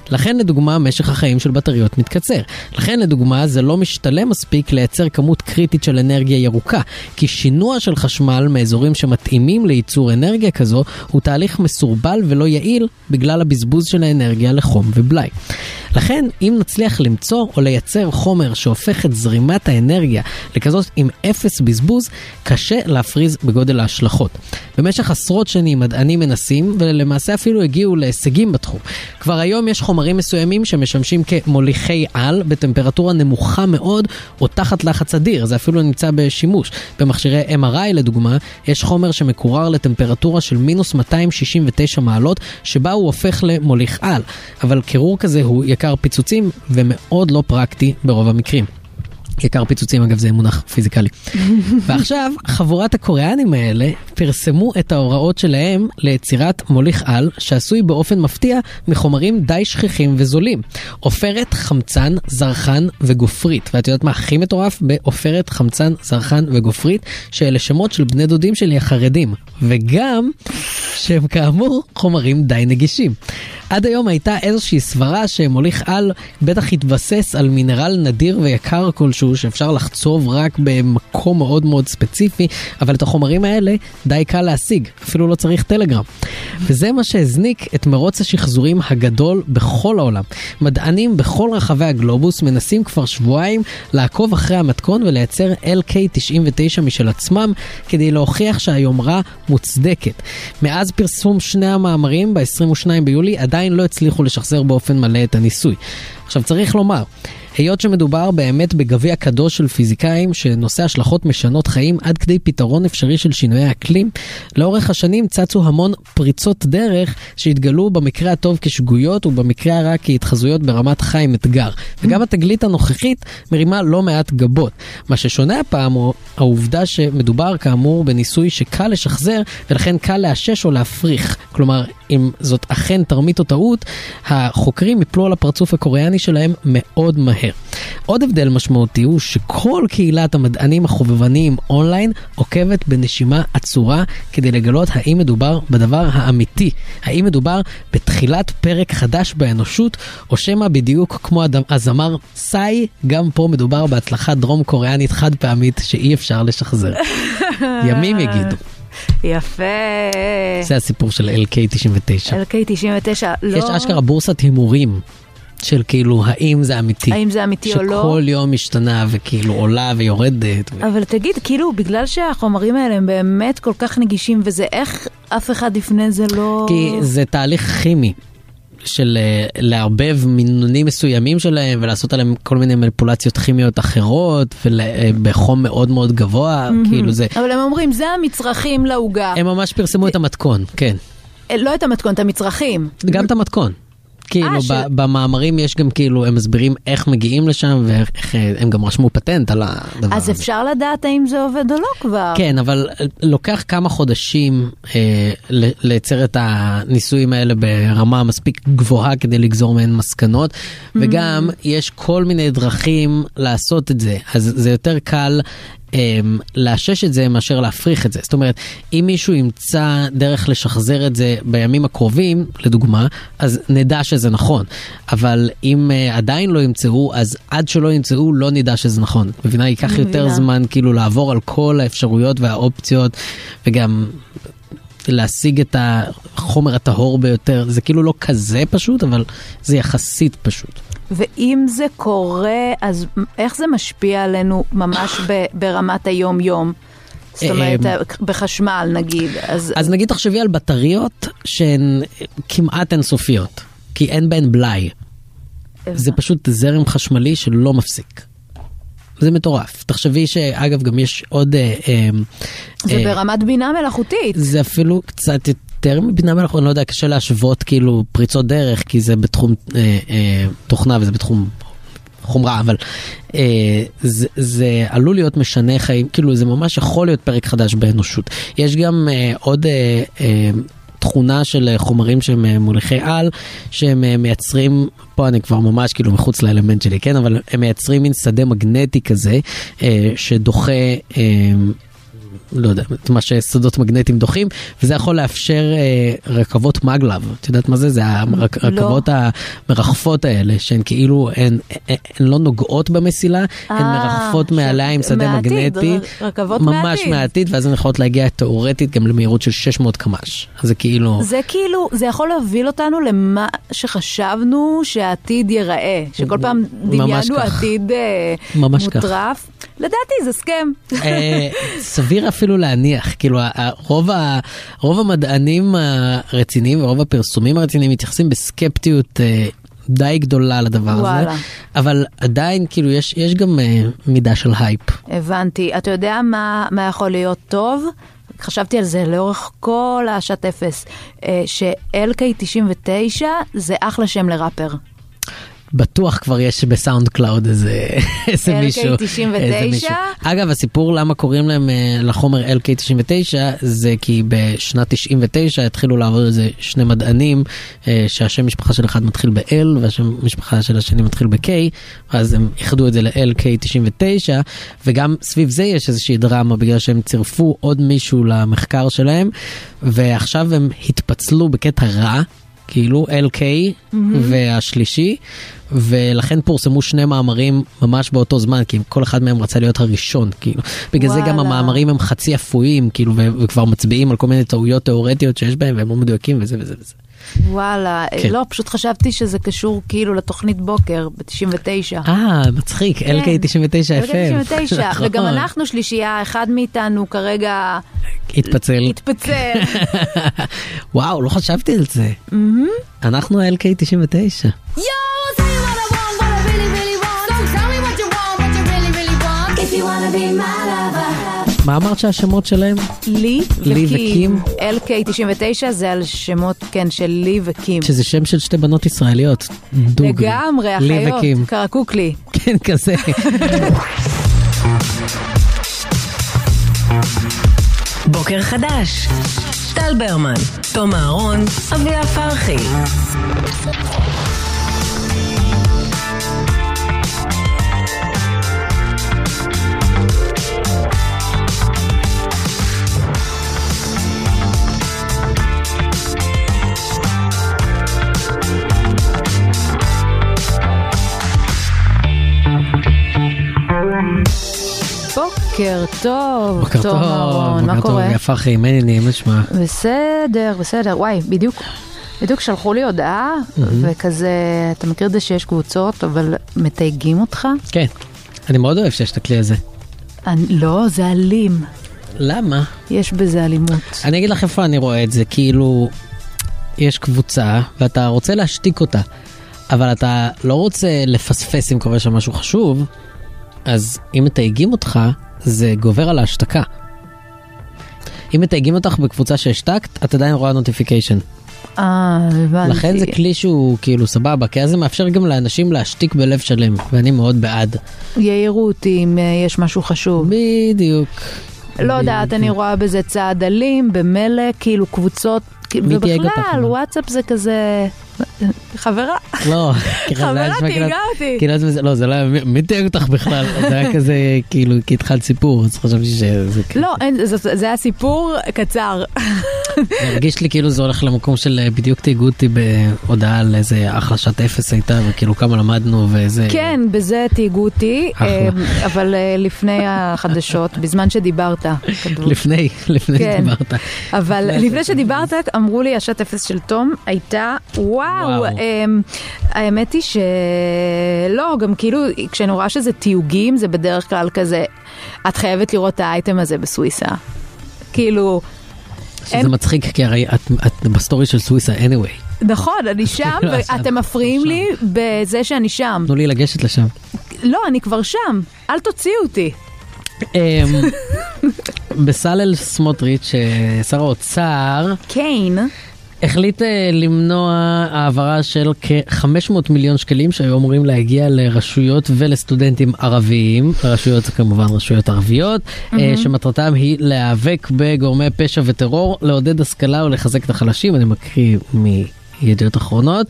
לכן לדוגמה משך החיים של בטריות מתקצר. לכן לדוגמה זה לא משתלם מספיק לייצר כמות קריטית של אנרגיה ירוקה, כי שינוע של חשמל מאזורים שמתאימים לייצור אנרגיה כזו הוא תהליך מסורבל ולא יעיל בגלל הבזבוז של האנרגיה לחום ובלאי. לכן אם נצליח למצוא או לייצר חומר שהופך את זרימת האנרגיה לכזאת עם אפס בזבוז, קשה להפריז בגודל ההשלכות. במשך עשרות שנים מדענים מנסים, ולמעשה אפילו הגיעו להישגים בתחום. כבר היום יש חומרים מסוימים שמשמשים כמוליכי על בטמפרטורה נמוכה מאוד, או תחת לחץ אדיר, זה אפילו נמצא בשימוש. במכשירי MRI לדוגמה, יש חומר שמקורר לטמפרטורה של מינוס 269 מעלות, שבה הוא הופך למוליך על. אבל קירור כזה הוא יקר פיצוצים, ומאוד לא פרקטי ברוב המקרים. יקר פיצוצים, אגב, זה מונח פיזיקלי. ועכשיו, חבורת הקוריאנים האלה פרסמו את ההוראות שלהם ליצירת מוליך על, שעשוי באופן מפתיע מחומרים די שכיחים וזולים. עופרת, חמצן, זרחן וגופרית. ואת יודעת מה הכי מטורף? בעופרת, חמצן, זרחן וגופרית, שאלה שמות של בני דודים שלי החרדים. וגם שהם כאמור חומרים די נגישים. עד היום הייתה איזושהי סברה שמוליך על בטח התבסס על מינרל נדיר ויקר כלשהו שאפשר לחצוב רק במקום מאוד מאוד ספציפי, אבל את החומרים האלה די קל להשיג, אפילו לא צריך טלגרם. וזה מה שהזניק את מרוץ השחזורים הגדול בכל העולם. מדענים בכל רחבי הגלובוס מנסים כבר שבועיים לעקוב אחרי המתכון ולייצר LK99 משל עצמם כדי להוכיח שהיומרה מוצדקת. מאז פרסום שני המאמרים ב-22 ביולי עדיין לא הצליחו לשחזר באופן מלא את הניסוי. עכשיו צריך לומר, היות שמדובר באמת בגביע קדוש של פיזיקאים שנושא השלכות משנות חיים עד כדי פתרון אפשרי של שינויי אקלים, לאורך השנים צצו המון פריצות דרך שהתגלו במקרה הטוב כשגויות ובמקרה הרע כהתחזויות ברמת חיים אתגר. וגם התגלית הנוכחית מרימה לא מעט גבות. מה ששונה הפעם הוא העובדה שמדובר כאמור בניסוי שקל לשחזר ולכן קל לאשש או להפריך. כלומר, אם זאת אכן תרמית או טעות, החוקרים יפלו על הפרצוף הקוריאני שלהם מאוד מהר. עוד הבדל משמעותי הוא שכל קהילת המדענים החובבניים אונליין עוקבת בנשימה עצורה כדי לגלות האם מדובר בדבר האמיתי, האם מדובר בתחילת פרק חדש באנושות, או שמא בדיוק כמו הד- הזמר סאי, גם פה מדובר בהצלחה דרום קוריאנית חד פעמית שאי אפשר לשחזר. ימים יגידו.
יפה.
זה הסיפור של LK99.
LK99, לא...
יש אשכרה בורסת הימורים. של כאילו האם זה אמיתי,
האם זה אמיתי או לא?
שכל יום משתנה וכאילו עולה ויורדת.
אבל תגיד, כאילו, בגלל שהחומרים האלה הם באמת כל כך נגישים, וזה איך אף אחד לפני זה לא...
כי זה תהליך כימי של אה, לערבב מינונים מסוימים שלהם ולעשות עליהם כל מיני מניפולציות כימיות אחרות ובחום מאוד מאוד גבוה, כאילו זה.
אבל הם אומרים, זה המצרכים לעוגה.
הם ממש פרסמו את המתכון, כן.
אה, לא את המתכון, את המצרכים.
גם את המתכון. כאילו
אה, ש-
ב- במאמרים יש גם כאילו הם מסבירים איך מגיעים לשם ואיך אה, הם גם רשמו פטנט על הדבר
אז
הזה.
אפשר לדעת האם זה עובד או לא כבר.
כן, אבל לוקח כמה חודשים אה, ל- לייצר את הניסויים האלה ברמה מספיק גבוהה כדי לגזור מהן מסקנות, וגם יש כל מיני דרכים לעשות את זה, אז זה יותר קל. אמ, לאשש את זה מאשר להפריך את זה. זאת אומרת, אם מישהו ימצא דרך לשחזר את זה בימים הקרובים, לדוגמה, אז נדע שזה נכון. אבל אם אה, עדיין לא ימצאו, אז עד שלא ימצאו לא נדע שזה נכון. את מבינה? ייקח יותר
מבינה.
זמן. זמן כאילו לעבור על כל האפשרויות והאופציות וגם להשיג את החומר הטהור ביותר זה כאילו לא כזה פשוט אבל זה יחסית פשוט.
ואם זה קורה, אז איך זה משפיע עלינו ממש ב, ברמת היום-יום? זאת אומרת,
אה,
בחשמל נגיד, אז,
אז נגיד תחשבי על בטריות שהן כמעט אינסופיות כי אין בהן בלאי זה פשוט זרם חשמלי שלא מפסיק. זה מטורף תחשבי שאגב גם יש עוד אה, אה,
זה
אה,
ברמת בינה מלאכותית.
זה אפילו קצת יותר מבינה מלאכותית, אני לא יודע, קשה להשוות כאילו פריצות דרך, כי זה בתחום אה, אה, תוכנה וזה בתחום חומרה, אבל אה, זה, זה עלול להיות משנה חיים, כאילו זה ממש יכול להיות פרק חדש באנושות. יש גם אה, עוד... אה, אה, תכונה של אה, חומרים שהם אה, מוליכי על, שהם אה, מייצרים, פה אני כבר ממש כאילו מחוץ לאלמנט שלי, כן? אבל הם מייצרים מין שדה מגנטי כזה, אה, שדוחה אה, לא יודע, את מה ששדות מגנטיים דוחים, וזה יכול לאפשר אה, רכבות מגלב. את יודעת מה זה? זה הרכ-
לא.
הרכבות המרחפות האלה, שהן כאילו, הן, הן, הן לא נוגעות במסילה, הן
אה,
מרחפות
של-
מעליה עם שדה
מהעתיד,
מגנטי.
ר- רכבות
ממש
מהעתיד.
מהעתיד, ואז הן יכולות להגיע תאורטית גם למהירות של 600 קמ"ש. אז זה כאילו...
זה כאילו, זה יכול להוביל אותנו למה שחשבנו שהעתיד ייראה, שכל פעם
ממש
דמיינו
כך.
עתיד אה,
*laughs* ממש כך.
מוטרף. לדעתי זה סכם.
אה, סביר אפילו להניח, כאילו ה- ה- רוב, ה, רוב המדענים הרציניים ורוב הפרסומים הרציניים מתייחסים בסקפטיות אה, די גדולה לדבר
וואלה.
הזה, אבל עדיין כאילו יש, יש גם אה, מידה של הייפ.
*laughs* הבנתי. אתה יודע מה, מה יכול להיות טוב? חשבתי על זה לאורך כל השעת אפס, אה, ש-LK99 זה אחלה שם לראפר.
בטוח כבר יש בסאונד קלאוד איזה איזה
LK
מישהו. איזה
99?
מישהו. אגב, הסיפור למה קוראים להם אה, לחומר LK99 זה כי בשנת 99 התחילו לעבוד על זה שני מדענים אה, שהשם משפחה של אחד מתחיל ב-L והשם משפחה של השני מתחיל ב-K, אז הם איחדו את זה ל-LK99 וגם סביב זה יש איזושהי דרמה בגלל שהם צירפו עוד מישהו למחקר שלהם ועכשיו הם התפצלו בקטע רע. כאילו LK והשלישי, ולכן פורסמו שני מאמרים ממש באותו זמן, כי כל אחד מהם רצה להיות הראשון, כאילו. בגלל זה גם
וואלה.
המאמרים הם חצי אפויים, כאילו, ו- וכבר מצביעים על כל מיני טעויות תיאורטיות שיש בהם, והם לא מדויקים וזה וזה וזה.
וואלה,
כן.
לא, פשוט חשבתי שזה קשור כאילו לתוכנית בוקר ב-99.
אה, מצחיק,
כן.
LK99 FM. *laughs*
FM. וגם
נכון.
אנחנו שלישייה, אחד מאיתנו כרגע
התפצל.
התפצל.
*laughs* וואו, לא חשבתי על זה. אנחנו ה-LK99.
Yo, tell me what I want, what I really, really want. Don't tell me what you want, what you really, really want. If you wanna be my lover.
מה אמרת שהשמות שלהם?
לי
לי
וקים. LK99 זה על שמות, כן, של לי וקים.
שזה שם של שתי בנות ישראליות. דוג.
לגמרי,
לי וקים.
אחיות, קרקוק לי.
כן,
*laughs*
כזה.
בוקר חדש. טל ברמן, תום אהרון, אביה פרחי.
בוקר טוב,
בוקר
תום
טוב,
אהרון,
בוקר
מה
טוב,
קורה?
יפה אחי, מה העניינים, מה נשמע?
בסדר, בסדר, וואי, בדיוק. בדיוק שלחו לי הודעה, וכזה, אתה מכיר את זה שיש קבוצות, אבל מתייגים אותך?
כן, אני מאוד אוהב שיש את הכלי הזה.
אני, לא, זה אלים.
למה?
יש בזה אלימות.
אני אגיד לך איפה אני רואה את זה, כאילו, יש קבוצה, ואתה רוצה להשתיק אותה, אבל אתה לא רוצה לפספס אם קורה שם משהו חשוב, אז אם מתייגים אותך, זה גובר על ההשתקה. אם מתייגים אותך בקבוצה שהשתקת, את עדיין רואה נוטיפיקיישן.
אה, הבנתי.
לכן זה כלי שהוא כאילו סבבה, כי אז זה מאפשר גם לאנשים להשתיק בלב שלם, ואני מאוד בעד.
יעירו אותי אם אה, יש משהו חשוב.
בדיוק.
לא יודעת, אני רואה בזה צעד אלים, במילא, כאילו קבוצות, כאילו,
מי תייג אותך?
ובכלל, וואטסאפ זה כזה... חברה, *laughs*
לא, כאילו, זה היה
חברה
נשמע כאילו-
תהיגה אותי.
כאילו, זה- לא, זה לא היה, מי- מי תייג אותך בכלל? *laughs* זה היה כזה, כאילו, כי התחלת סיפור, אז חשבתי שזה כאילו-
לא, אין, זה- זה היה סיפור
*laughs*
קצר.
זה הרגיש לי כאילו זה הולך למקום של אה, בדיוק תהיגו אותי בהודעה על איזה החלשת אפס הייתה, וכאילו כמה למדנו ואיזה...
כן, בזה תהיגו אותי,
אחלה.
אה, אבל אה, לפני החדשות, בזמן שדיברת. כתבו.
לפני, לפני
כן.
שדיברת.
אבל לפני שדיברת, אמרו לי, השעת אפס של תום הייתה, וואו,
וואו.
אמ, האמת היא שלא, גם כאילו, כשאני רואה שזה תיוגים, זה בדרך כלל כזה, את חייבת לראות את האייטם הזה בסוויסה. כאילו,
שזה
אין-
מצחיק, כי הרי את- את בסטורי של סוויסה, anyway.
נכון,
*laughs*
אני שם,
לא, שם,
ואתם מפריעים
שם.
לי בזה שאני שם.
תנו לי לגשת לשם.
לא, אני כבר שם, אל תוציאו אותי. *laughs*
אמ, בצלאל סמוטריץ', אה, שר האוצר,
קיין,
החליט אה, למנוע העברה של כ-500 מיליון שקלים שהיו אמורים להגיע לרשויות ולסטודנטים ערביים, רשויות זה כמובן רשויות ערביות, אה, שמטרתם היא להיאבק בגורמי פשע וטרור, לעודד השכלה ולחזק את החלשים, אני מקריא מידיעות אחרונות.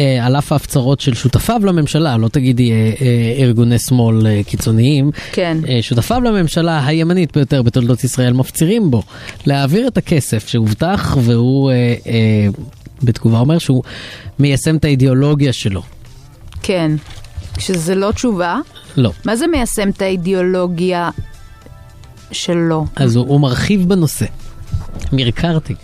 אה, על אף ההפצרות של שותפיו לממשלה, לא תגידי אה, אה, ארגוני שמאל אה, קיצוניים,
כן.
אה, שותפיו לממשלה הימנית ביותר בתולדות ישראל מפצירים בו להעביר את הכסף שהובטח, והוא אה, אה, בתגובה אומר שהוא מיישם את האידיאולוגיה שלו.
כן, שזה לא תשובה.
לא.
מה זה מיישם את האידיאולוגיה שלו?
אז הוא, הוא מרחיב בנושא. מרקרתי.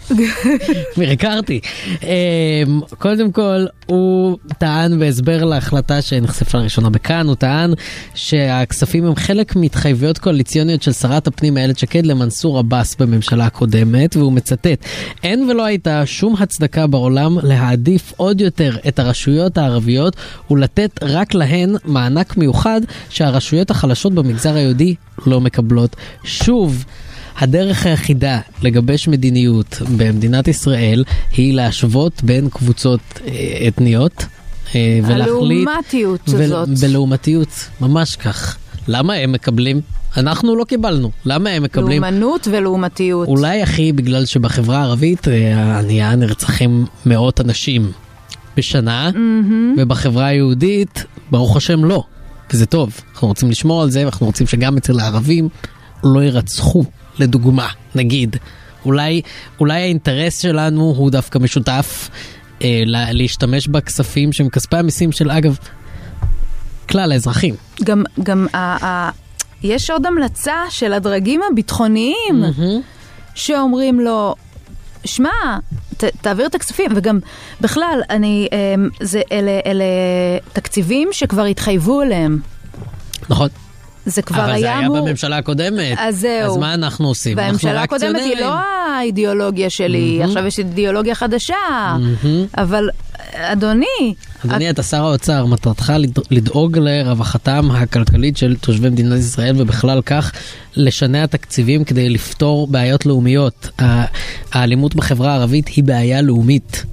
מרקרתי. אמ, קודם כל, הוא טען בהסבר להחלטה שנחשפה לראשונה בכאן, הוא טען שהכספים הם חלק מהתחייבויות קואליציוניות של שרת הפנים איילת שקד למנסור עבאס בממשלה הקודמת, והוא מצטט: אין ולא הייתה שום הצדקה בעולם להעדיף עוד יותר את הרשויות הערביות ולתת רק להן מענק מיוחד שהרשויות החלשות במגזר היהודי לא מקבלות. שוב, הדרך היחידה לגבש מדיניות במדינת ישראל היא להשוות בין קבוצות אה, אתניות. אה, ולהחליט...
הלעומתיות הזאת.
בלעומתיות, ממש כך. למה הם מקבלים? אנחנו לא קיבלנו. למה הם מקבלים?
לאומנות
*laughs*
ולעומתיות.
אולי הכי בגלל שבחברה הערבית אה, הענייה נרצחים מאות אנשים בשנה, ובחברה היהודית, ברוך השם לא. וזה טוב, אנחנו רוצים לשמור על זה, ואנחנו רוצים שגם אצל הערבים לא יירצחו, לדוגמה, נגיד. אולי, אולי האינטרס שלנו הוא דווקא משותף אה, לה- להשתמש בכספים שהם כספי המיסים של, אגב, כלל האזרחים.
גם, גם ה, ה, יש עוד המלצה של הדרגים הביטחוניים שאומרים לו, שמע, ת, תעביר את הכספים, וגם בכלל, אני, אמ, זה, אלה, אלה תקציבים שכבר התחייבו אליהם.
נכון.
זה כבר
אבל זה
היה
היה
אמור...
בממשלה הקודמת.
אז זהו.
אז מה אנחנו עושים? אנחנו
והממשלה
רק
הקודמת היא לא
ציונרים.
האידיאולוגיה שלי, עכשיו יש אידיאולוגיה חדשה, אבל אדוני,
אדוני, אתה שר האוצר, מטרתך לד- לדאוג לרווחתם הכלכלית של תושבי מדינת ישראל ובכלל כך לשנע תקציבים כדי לפתור בעיות לאומיות. ה- האלימות בחברה הערבית היא בעיה לאומית.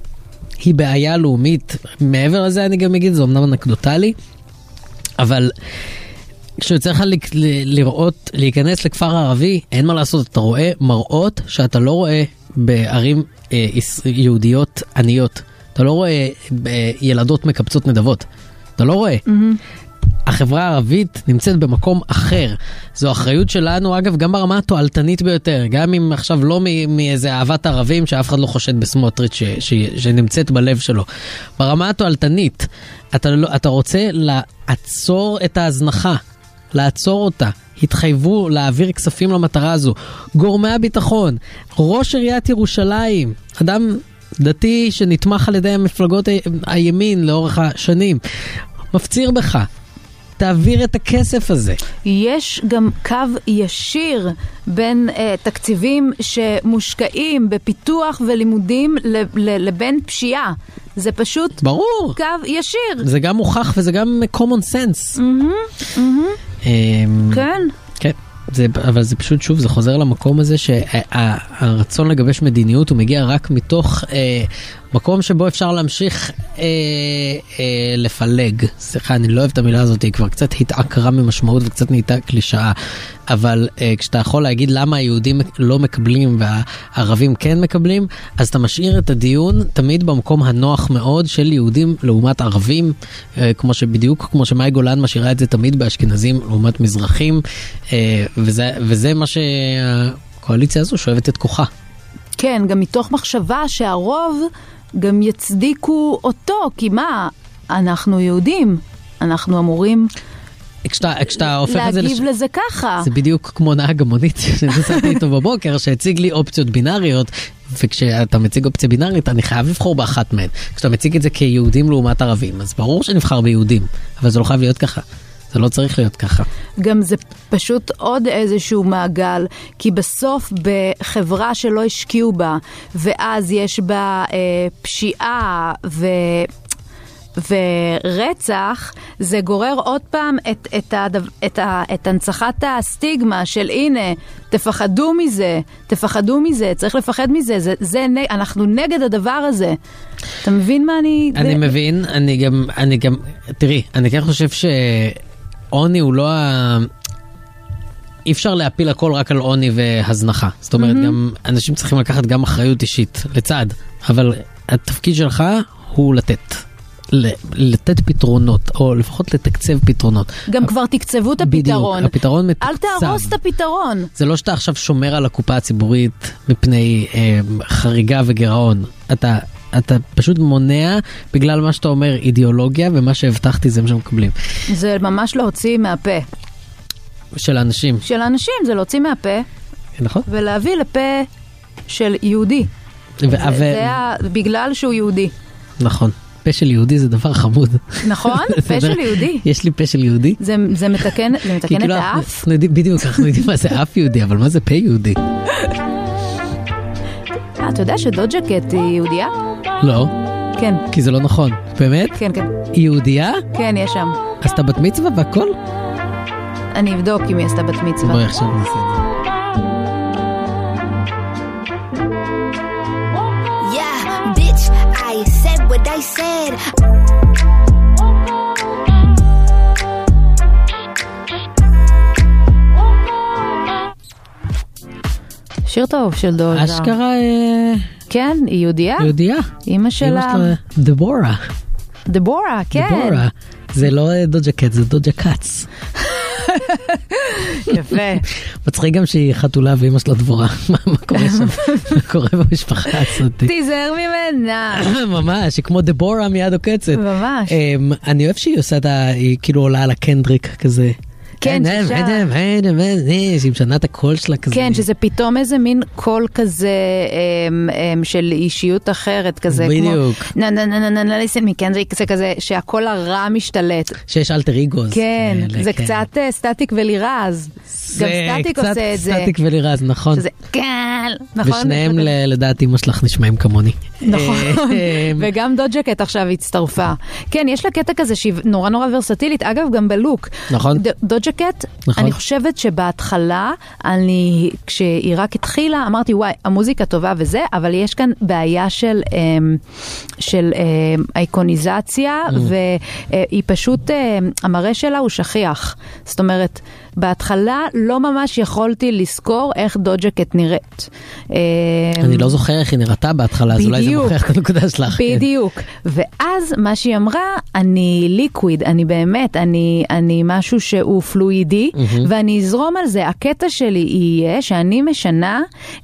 היא בעיה לאומית. מעבר לזה אני גם אגיד, זה אמנם אנקדוטלי, אבל כשיוצא לך ל- ל- לראות, להיכנס לכפר ערבי, אין מה לעשות, אתה רואה מראות שאתה לא רואה בערים אה, יש- יהודיות עניות. אתה לא רואה אה, ילדות מקבצות נדבות. אתה לא רואה. החברה הערבית נמצאת במקום אחר. זו אחריות שלנו, אגב, גם ברמה התועלתנית ביותר. גם אם עכשיו לא מ- מאיזה אהבת ערבים שאף אחד לא חושד בסמוטריץ' ש- ש- שנמצאת בלב שלו. ברמה התועלתנית, אתה, לא, אתה רוצה לעצור את ההזנחה, לעצור אותה. התחייבו להעביר כספים למטרה הזו. גורמי הביטחון, ראש עיריית ירושלים, אדם דתי שנתמך על ידי מפלגות ה- הימין לאורך השנים, מפציר בך, תעביר את הכסף הזה.
יש גם קו ישיר בין אה, תקציבים שמושקעים בפיתוח ולימודים ל- ל- לבין פשיעה. זה פשוט
ברור,
קו ישיר,
זה גם הוכח וזה גם common sense. אמ,
כן?
כן, זה, אבל זה פשוט, שוב, זה חוזר למקום הזה שהרצון לגבש מדיניות הוא מגיע רק מתוך אה, מקום שבו אפשר להמשיך אה, אה, לפלג. סליחה, אני לא אוהב את המילה הזאת, היא כבר קצת התעקרה ממשמעות וקצת נהייתה קלישאה. אבל אה, כשאתה יכול להגיד למה היהודים לא מקבלים והערבים כן מקבלים, אז אתה משאיר את הדיון תמיד במקום הנוח מאוד של יהודים לעומת ערבים, אה, כמו שבדיוק, כמו שמאי גולן משאירה את זה תמיד באשכנזים לעומת מזרחים, אה, וזה, וזה מה שהקואליציה הזו שואבת את כוחה.
כן, גם מתוך מחשבה שהרוב גם יצדיקו אותו, כי מה, אנחנו יהודים, אנחנו אמורים
כשאתה, כשאתה הופך את זה
להגיב
לש-
לזה ככה.
זה בדיוק כמו נהג המונית *laughs* שנסעתי איתו בבוקר, שהציג לי אופציות בינאריות, וכשאתה מציג אופציה בינארית, אני חייב לבחור באחת מהן. כשאתה מציג את זה כיהודים לעומת ערבים, אז ברור שנבחר ביהודים, אבל זה לא חייב להיות ככה. זה לא צריך להיות ככה.
גם זה פשוט עוד איזשהו מעגל, כי בסוף בחברה שלא השקיעו בה, ואז יש בה אה, פשיעה ו... ורצח, זה גורר עוד פעם את, את, הדו, את, ה, את הנצחת הסטיגמה של הנה, תפחדו מזה, תפחדו מזה, צריך לפחד מזה, זה, זה, נ- אנחנו נגד הדבר הזה. אתה מבין מה אני...
אני
זה-
מבין, אני גם, אני גם, תראי, אני כן חושב שעוני הוא לא ה... אי אפשר להפיל הכל רק על עוני והזנחה. זאת אומרת, גם אנשים צריכים לקחת גם אחריות אישית, לצד, אבל התפקיד שלך הוא לתת. ל- לתת פתרונות, או לפחות לתקצב פתרונות.
גם כבר תקצבו את
בדיוק,
הפתרון.
הפתרון
אל תהרוס
מתוקצב.
את הפתרון.
זה לא שאתה עכשיו שומר על הקופה הציבורית מפני אה, חריגה וגירעון. אתה, אתה פשוט מונע בגלל מה שאתה אומר אידיאולוגיה, ומה שהבטחתי זה מה שמקבלים.
זה ממש להוציא מהפה.
של האנשים,
של האנשים זה להוציא מהפה
נכון?
ולהביא לפה של יהודי.
ו-
זה, זה ה... בגלל שהוא יהודי.
נכון. פה של יהודי זה דבר חמוד. *laughs*
נכון? פה של יהודי.
יש לי פה של יהודי.
זה, זה מתקן, זה
כי
מתקן את
כאילו אנחנו-
האף.
אנחנו יודעים- בדיוק, אנחנו יודעים מה זה אף יהודי, אבל מה זה פה יהודי?
אה, אתה יודע שדוג'ה קט היא יהודייה?
לא,
כן,
כי זה לא נכון. באמת?
כן, כן.
היא יהודייה?
כן, יש שם.
אז אתה בת מצווה והכל?
אני אבדוק אם היא עשתה בת מצווה.
בואי עכשיו נעשה את זה.
Yeah, bitch, I said what I said.
שיר טוב של דולר.
אשכרה אה,
כן, היא יהודייה?
יהודייה.
אימא שלה,
אמא שלה- דבורה.
דבורה, כן.
דבורה. זה לא אה, דוג'ה קט, זה דוג'ה קאץ. *laughs*
יפה.
מצחיק גם שהיא חתולה ואימא שלה דבורה. *laughs* מה מה קורה שם? מה קורה במשפחה הזאת? *laughs*
תיזהר ממנה.
ממש, היא כמו דבורה מיד עוקצת.
ממש.
אמ, אני אוהב שהיא עושה את ה... היא כאילו עולה על הקנדריק כזה.
כן,
אה,
ששם.
אה, אה, אה, אה, שהיא משנה את הקול שלה כזה.
כן, שזה פתאום איזה מין קול כזה אמ, אמ, של אישיות אחרת, כזה כמו...
בדיוק.
נה נה נה נה נה נה ליסן מקנדריק, כן, זה כזה שהקול הרע משתלט.
שיש אלטר אגוז.
כן,
כאלה,
זה
כן.
קצת אה, סטטיק ולירז.
זה
גם סטטיק
קצת
עושה את זה.
סטטיק ולירז, נכון.
שזה קל, נכון?
ושניהם ל- לדעתי אמא שלך נשמעים כמוני.
נכון,
אמ,
*laughs* וגם דוג'קט עכשיו הצטרפה. כן, יש לה קטע כזה שהיא נורא נורא ורסטילית, אגב, גם בלוק.
נכון.
ד- דוג'קט,
נכון.
אני חושבת שבהתחלה, אני, כשהיא רק התחילה, אמרתי, וואי, המוזיקה טובה וזה, אבל יש כאן בעיה של, אמ, של אמ, אייקוניזציה,
Mm.
והיא פשוט, אמ, המראה שלה הוא שכיח. זאת אומרת, בהתחלה לא ממש יכולתי לזכור איך דוג'קט נראית. אמ,
אני לא זוכר איך היא נראתה בהתחלה, אז אולי זה
בדיוק.
מוכיח את הנקודה שלך. כן.
בדיוק. ואז מה שהיא אמרה, אני ליקוויד, אני באמת, אני, אני משהו שהוא פלואידי, mm-hmm. ואני אזרום על זה. הקטע שלי יהיה שאני משנה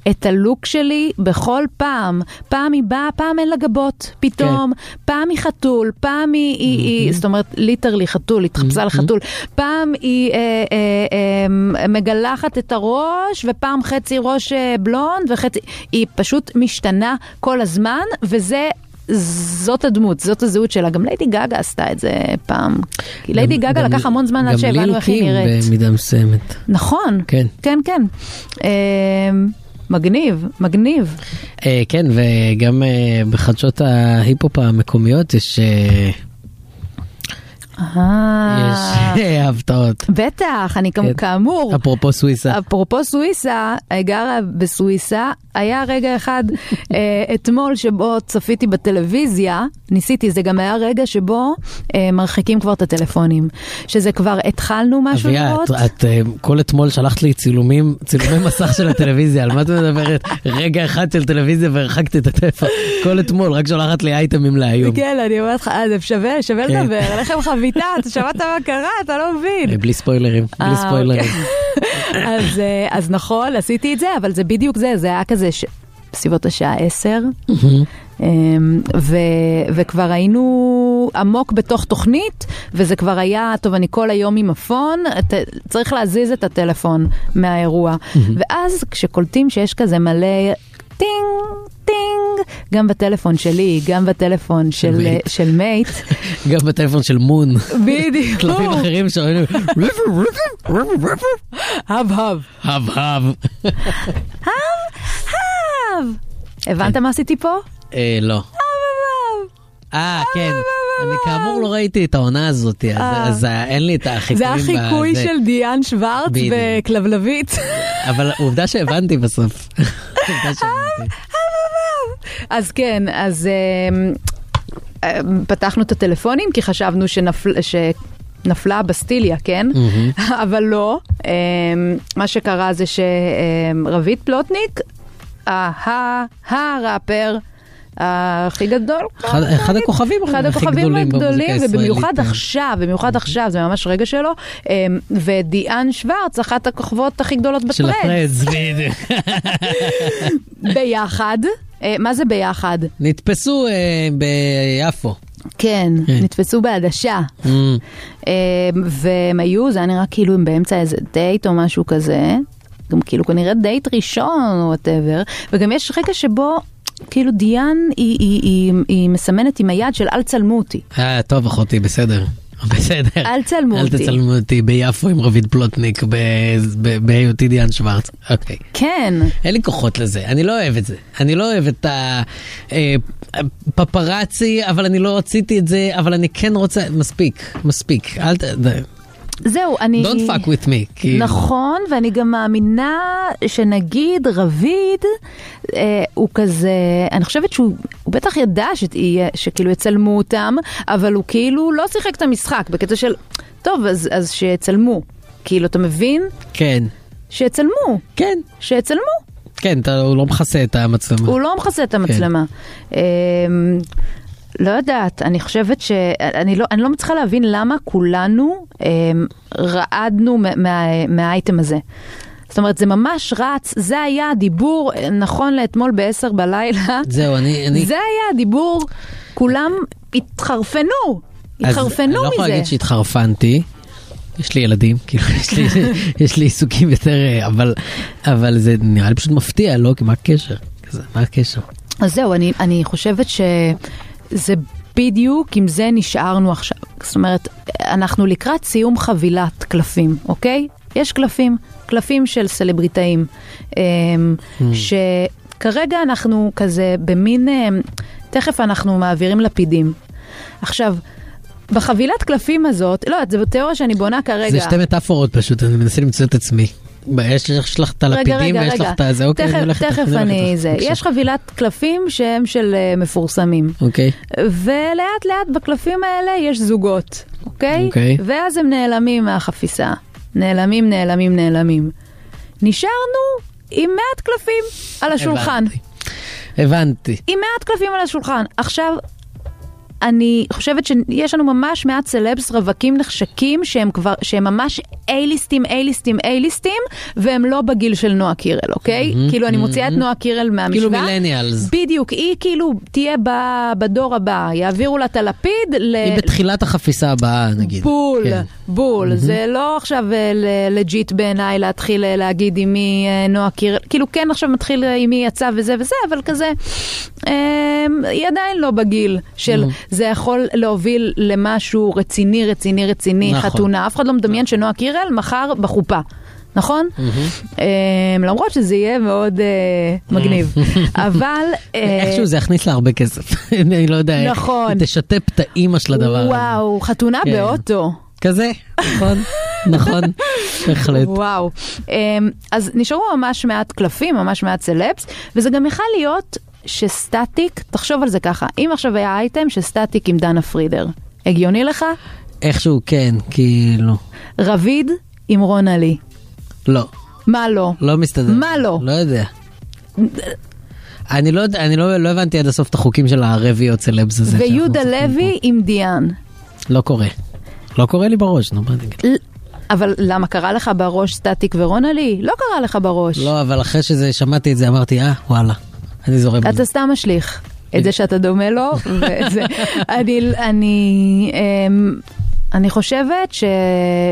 את הלוק שלי בכל פעם. פעם היא באה, פעם אין לה גבות,
כן.
פתאום. פעם היא חתול, פעם היא, היא,
Mm-hmm.
היא זאת אומרת, ליטרלי חתול, היא התחפשה לחתול. פעם היא אה, אה, אה, מגלחת את הראש, ופעם חצי ראש אה, בלונד, וחצי... היא פשוט משתנה כל הזמן, וזה... זאת הדמות, זאת הזהות שלה. גם ליידי גגה עשתה את זה פעם. כי ליידי
גם-
גגה
גם-
לקח המון זמן עד שהבנו איך היא
גם ליל
נראית.
קים במידה מסוימת.
נכון.
כן.
כן, כן. אה, מגניב, מגניב.
אה, כן, וגם אה, בחדשות ההיפ-הופ המקומיות יש אה,
אה,
יש אה, הפתעות.
בטח, אני
כן.
גם- כאמור.
אפרופו סוויסה.
אפרופו סוויסה, היא גרה בסוויסה, היה רגע אחד אה, אתמול שבו צפיתי בטלוויזיה, ניסיתי, זה גם היה רגע שבו אה, מרחיקים כבר את הטלפונים. שזה כבר התחלנו משהו
אביה,
לראות.
את- את אה, כל אתמול שלחת לי צילומים, צילומי מסך של הטלוויזיה, על מה את מדברת? רגע אחד של טלוויזיה והרחקת את הטלפון. כל אתמול, רק שולחת לי אייטמים להיום.
כן, אני אומרת לך, אה, זה שווה, שווה
כן.
לדבר, אין לכם חביתה, אתה שמעת מה קרה, אתה לא מבין.
אה, בלי ספוילרים, בלי
אה,
ספוילרים.
*laughs* אז, אה, אז נכון, עשיתי את זה, אבל זה בדיוק זה, זה היה כזה ש... בסביבות השעה עשר,
Mm-hmm.
אמ, ו- וכבר היינו עמוק בתוך תוכנית, וזה כבר היה, טוב, אני כל היום עם הפון, ת- צריך להזיז את הטלפון מהאירוע.
Mm-hmm.
ואז כשקולטים שיש כזה מלא טינג, טינג, גם בטלפון שלי, גם בטלפון של,
מייט.
של
*laughs*
מייט, אוקיי.
גם בטלפון של מון.
בדיוק,
כלבים אחרים שאומרים,
הב הב.
הב הב.
הב.
כן.
הבנת מה עשיתי פה?
אה, לא. אה, כן. אני כאמור לא ראיתי את העונה הזאת, אז- אז אה, אין לי את החיקויים.
זה החיקוי
בזה.
של דיאן שוורץ
בדיוק.
בכלבלבית.
*laughs* אבל עובדה שהבנתי בסוף.
אה,
עובדה שהבנתי.
אז כן, אז אמ, אמ, פתחנו את הטלפונים כי חשבנו שנפל- שנפלה הבסטיליה, כן? *laughs* אבל לא. אמ, מה שקרה זה שרבית פלוטניק, ה- הראפר הכי גדול.
אחד- אחד הכוכבים
אחד
הכי
הכוכבים
גדולים במוזיקה
הגדולים,
הישראלית. כן.
ובמיוחד עכשיו, במיוחד עכשיו, זה ממש רגע שלו. אמ, ודיאן שוורץ, אחת הכוכבות הכי גדולות
של
בטרנד.
הפרדס, בדיוק.
ביחד. אה, מה זה ביחד?
נתפסו אה, ביפו.
כן,
כן.
נתפסו בעדשה.
Mm,
אה, והם היו, זה היה נראה כאילו הם באמצע איזה דייט או משהו כזה. גם כאילו כנראה דייט ראשון או וואטאבר. וגם יש רגע שבו... כאילו דיאן היא, היא, היא, היא מסמנת עם היד של אל צלמו אותי.
אה, טוב אחותי, בסדר. בסדר.
אל צלמו
אל
אותי.
תצלמו אותי ביפו עם רביד פלוטניק ב- ב- בהיותי דיאן שוורץ. אוקיי.
כן,
אין לי כוחות לזה, אני לא אוהב את זה. אני לא אוהב את אה, הפפרצי, אבל אני לא רציתי את זה, אבל אני כן רוצה... מספיק, מספיק. אל ת... די.
זהו, אני...
Don't fuck with me. כאילו.
נכון, ואני גם מאמינה שנגיד רביד, אה, הוא כזה, אני חושבת שהוא הוא בטח ידע שתהיה, שכאילו יצלמו אותם, אבל הוא כאילו לא שיחק את המשחק, בקטע של, טוב, אז, אז שיצלמו. כאילו, אתה מבין?
כן.
שיצלמו,
כן,
שיצלמו.
כן, אתה, הוא לא מכסה את המצלמה.
הוא לא מכסה את המצלמה.
כן.
אמ, לא יודעת, אני חושבת ש... אני לא, אני לא מצליחה להבין למה כולנו אמ, רעדנו מה- מה- מהאייטם הזה. זאת אומרת, זה ממש רץ, זה היה הדיבור, אה, נכון לאתמול ב-10 בלילה,
זהו, אני... אני...
זה היה הדיבור, כולם התחרפנו,
אז
התחרפנו
אני
מזה.
לא יכול להגיד שהתחרפנתי. יש לי ילדים, כאילו, יש לי,
*laughs*
יש לי עיסוקים יותר, אה, אבל, אבל זה נראה לי פשוט מפתיע, לא? כי מה הקשר? כזה, מה הקשר?
אז זהו, אני, אני חושבת שזה בדיוק עם זה נשארנו עכשיו. זאת אומרת, אנחנו לקראת סיום חבילת קלפים, אוקיי? יש קלפים, קלפים של סלבריטאים, אמ,
Hmm.
שכרגע אנחנו כזה במין, אמ, תכף אנחנו מעבירים לפידים. עכשיו, בחבילת קלפים הזאת, לא, זו תיאוריה שאני בונה כרגע.
זה שתי מטאפורות פשוט, אני מנסה למצוא את עצמי. ב- יש יש לך את הלפידים ויש לך את הזה, אוקיי,
תכף,
אני הולך איתך,
תכף
הולך
אני
איתך.
זה.
בבקשה.
יש חבילת קלפים שהם של אה, מפורסמים.
אוקיי,
ולאט לאט בקלפים האלה יש זוגות, אוקיי?
אוקיי.
ואז הם נעלמים מהחפיסה. נעלמים, נעלמים, נעלמים. נשארנו עם מעט קלפים על השולחן.
הבנתי. הבנתי.
עם מעט קלפים על השולחן. עכשיו, אני חושבת שיש לנו ממש מעט סלבס רווקים נחשקים שהם כבר, שהם ממש A-ליסטים, A-ליסטים, A-ליסטים, והם לא בגיל של נועה קירל, אוקיי? כאילו, אני מוציאה את נועה קירל מהמשוואה.
כאילו מילניאלס.
בדיוק, היא כאילו תהיה ב- בדור הבא, יעבירו לה את הלפיד ל...
היא בתחילת החפיסה הבאה, נגיד.
אה, בול,
כן.
בול, זה לא עכשיו אה, ל- לג'יט בעיניי להתחיל אה, להגיד עם מי אה, נועה קירל, כאילו כן עכשיו מתחיל אה, עם מי יצא וזה וזה, אבל כזה, אה, היא עדיין לא בגיל של זה יכול להוביל למשהו רציני, רציני, רציני,
נכון.
חתונה, אף אחד לא מדמיין שנועה קירל מחר בחופה. נכון? אה, למרות שזה יהיה מאוד אה, מגניב. אבל... אה,
כן. *laughs* איכשהו זה יכניס לה הרבה כסף, *laughs* אני לא יודע איך.
נכון.
היא תשתף את האימא של הדבר הזה.
וואו, חתונה
כן.
באוטו.
כזה, נכון,
*laughs*
נכון, בהחלט.
וואו. אמ, אז נשארו ממש מעט קלפים, ממש מעט סלפס, וזה גם יכול להיות שסטטיק, תחשוב על זה ככה, אם עכשיו היה אייטם שסטטיק עם דנה פרידר, הגיוני לך?
איכשהו כן, כאילו,
רביד עם רון עלי.
לא,
מה לא?
לא מסתדר.
מה לא?
לא יודע. אני לא יודע, אני לא לא הבנתי עד הסוף את החוקים של הרביעיות סלבס הזה. שאנחנו
ויהודה
עושים.
לוי עם דיאן.
לא קורה. לא קורה לי בראש, נו, מה אני אגיד?
ל- אבל למה קרה לך בראש סטטיק ורון עלי? לא קרה לך בראש.
לא, אבל אחרי שזה, שמעתי את זה, אמרתי, אה, וואלה, אני זורם. על זה.
אתה סתם משליך את זה שאתה דומה לו,
*laughs*
וזה, אני, אני, אמ, אני חושבת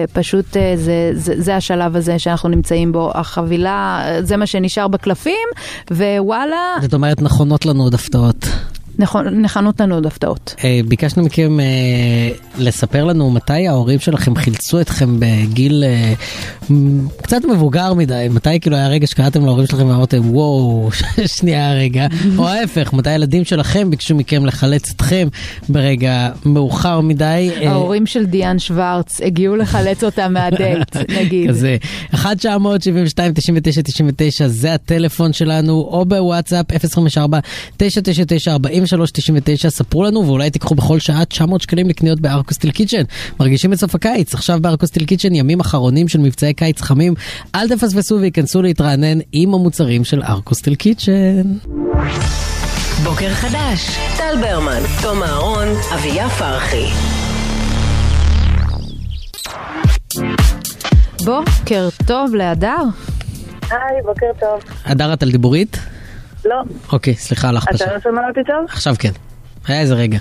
שפשוט אה, זה, זה, זה השלב הזה שאנחנו נמצאים בו, החבילה, אה, זה מה שנשאר בקלפים, ווואלה,
זאת אומרת, נכונות לנו עוד הפתעות.
נכון, נכנות לנו עוד הפתעות.
אה, ביקשנו מכם אה, לספר לנו מתי ההורים שלכם חילצו אתכם בגיל אה, מ- קצת מבוגר מדי, מתי כאילו היה רגע שקראתם להורים שלכם ואמרתם וואו, *laughs* שנייה רגע, או ההפך, מתי הילדים שלכם ביקשו מכם לחלץ אתכם ברגע מאוחר מדי. אה,
ההורים של דיאן שוורץ הגיעו לחלץ אותה
*laughs*
מהדייט, נגיד.
כזה, 1-972-99-99 זה הטלפון שלנו, או בוואטסאפ 054-999-4399, ספרו לנו ואולי תיקחו בכל שעה 900 שקלים לקניות בארקוסטיל קיצ'ן. מרגישים את סוף הקיץ, עכשיו בארקוסטיל קיצ'ן ימים אחרונים של מבצעי קיץ חמים, אל תפספסו וייכנסו להתרענן עם המוצרים של ארקוסטיל קיצ'ן.
בוקר חדש, טל ברמן, תום אהרון, אביה פרחי.
בוקר טוב להדר.
היי, בוקר טוב.
הדר, את על דיבורית?
לא,
אוקיי, סליחה על ההכפשה.
אתה לא שומע אותי טוב?
עכשיו כן. היה איזה רגע.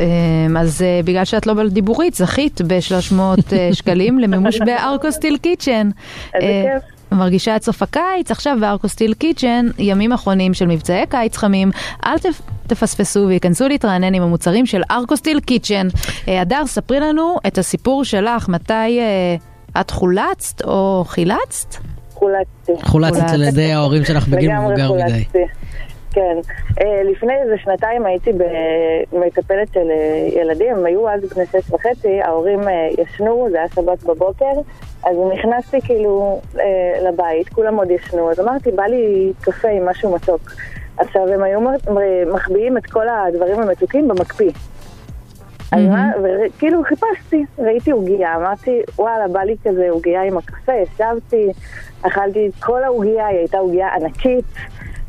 אמ, אז אה, בגלל שאת לא בדיבורית, זכית ב-300 אה,
*laughs*
שקלים למימוש בארקוסטיל קיצ'ן.
איזה
אה,
כיף.
מרגישה את סוף הקיץ, עכשיו בארקוסטיל קיצ'ן, ימים אחרונים של מבצעי קיץ חמים, אל תפ... תפספסו וייכנסו להתרענן עם המוצרים של ארקוסטיל קיצ'ן. אה, הדר, ספרי לנו את הסיפור שלך, מתי אה, את חולצת או חילצת?
חולצתי.
חולצת
חולצת.
על ידי ההורים שלך בגיל
לגמרי
מבוגר מדי.
חולצתי.
כן. אה, לפני איזה שנתיים הייתי במטפלת של אה, ילדים, הם היו אז בני שש וחצי, ההורים אה, ישנו, זה היה שבת בבוקר, אז נכנסתי כאילו אה, לבית, כולם עוד ישנו, אז אמרתי, בא לי קפה עם משהו מתוק. עכשיו, הם היו מ- מ- מחביאים את כל הדברים המתוקים במקפיא. אז מה, וכאילו כאילו, חיפשתי, ראיתי עוגייה, אמרתי, וואלה, בא לי כזה עוגייה עם הקפה, ישבתי, אכלתי את כל העוגייה, היא הייתה עוגייה ענקית.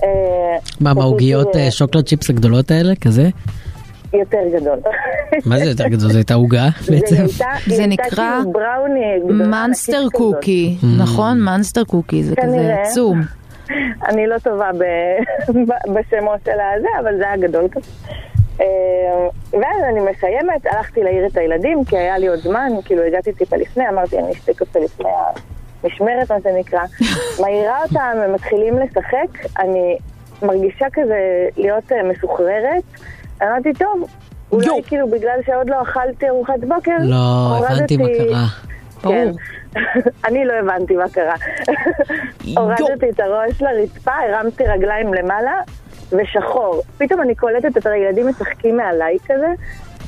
אה,
מה,
פשוט,
מהעוגיות
אה,
אה, שוקולד צ'יפס הגדולות האלה? כזה?
יותר גדול.
מה זה יותר גדול? זו הייתה עוגה
*laughs* זה
בעצם?
הייתה-
זה
היא הייתה
נקרא
כאילו בראוני
לא
גדולה,
מאנסטר
ענקית כזאת.
קוקי, נכון? מאנסטר קוקי, זה כזה
כנראה.
עצום.
אני לא טובה ב- ב- בשמות של הזה, אבל זה היה גדול כזה. אה, ואז אני מסיימת, הלכתי להעיר את הילדים, כי היה לי עוד זמן, כאילו הגעתי טיפה לפני, אמרתי, אני אשתה קפה לפני המשמרת, מה
*laughs*
שנקרא. מעירה אותם, הם מתחילים לשחק, אני מרגישה כזה להיות אה, מסוחררת. אמרתי, טוב, אולי כאילו בגלל שעוד לא אכלתי ארוחת בוקר,
לא, הבנתי מה
הורדתי-
קרה.
כן. *laughs* אני לא הבנתי מה
*laughs*
קרה. הורדתי את הראש לרצפה, הרמתי רגליים למעלה, ושחור. פתאום אני קולטת את הילדים משחקים מעליי כזה,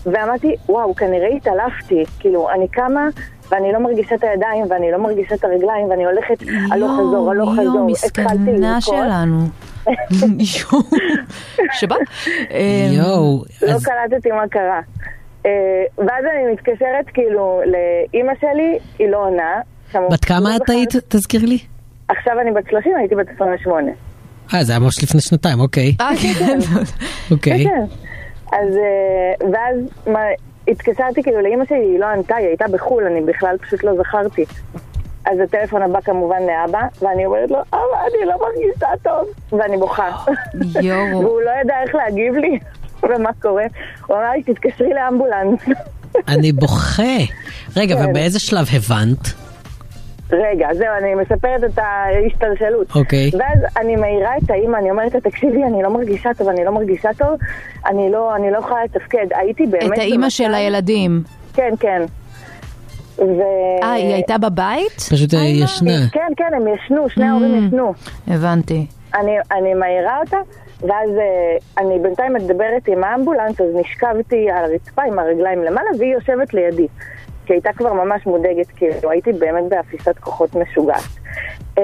ואמרתי, וואו, כנראה התעלפתי. כאילו, אני קמה, ואני לא מרגישה את הידיים, ואני לא מרגישה את הרגליים, ואני הולכת הלוך חזור, הלוך
יואו,
חזור. התחלתי
מסכנה
לבכות, *laughs*
שלנו. יואו, שבא. אה,
יואו,
לא
אז
קלטתי מה קרה. אה, ואז אני מתקשרת, כאילו, לאימא שלי, היא לא עונה.
בת כמה את היית? תזכיר לי.
עכשיו אני בת 30, הייתי בת 28.
אה, זה היה ממש לפני שנתיים, אוקיי.
אה,
*laughs*
כן.
אוקיי.
כן. אז אה, ואז מה, התקשרתי כאילו לאימא שלי, היא לא ענתה, היא הייתה בחו"ל, אני בכלל פשוט לא זכרתי. אז הטלפון הבא כמובן לאבא, ואני אומרת לו, אבא, אני לא מרגישה טוב, ואני בוכה.
אה.
יואו.
והוא לא ידע איך להגיב לי, *laughs* ומה קורה. הוא אמר לי, תתקשרי לאמבולנס. *laughs*
אני בוכה. רגע,
כן.
ובאיזה שלב הבנת?
רגע, זהו, אני מספרת את ההשתלשלות.
אוקיי.
ואז אני מעירה את האימא, אני אומרת לה, תקשיבי, אני לא מרגישה טוב, אני לא מרגישה טוב, אני לא, אני לא יכולה לתפקד. הייתי באמת...
את האימא
במצב-
של הילדים.
כן, כן. ו...
אה, היא הייתה בבית?
פשוט אה,
האמא?
ישנה.
כן, כן, הם ישנו, שני
Mm.
ההורים ישנו.
הבנתי.
אני, אני מעירה אותה, ואז אה, אני בינתיים מדברת עם האמבולנס, אז נשכבתי על הרצפה עם הרגליים למעלה, והיא יושבת לידי. כי הייתה כבר ממש מודאגת, כאילו, הייתי באמת באפיסת כוחות משוגעת. אה,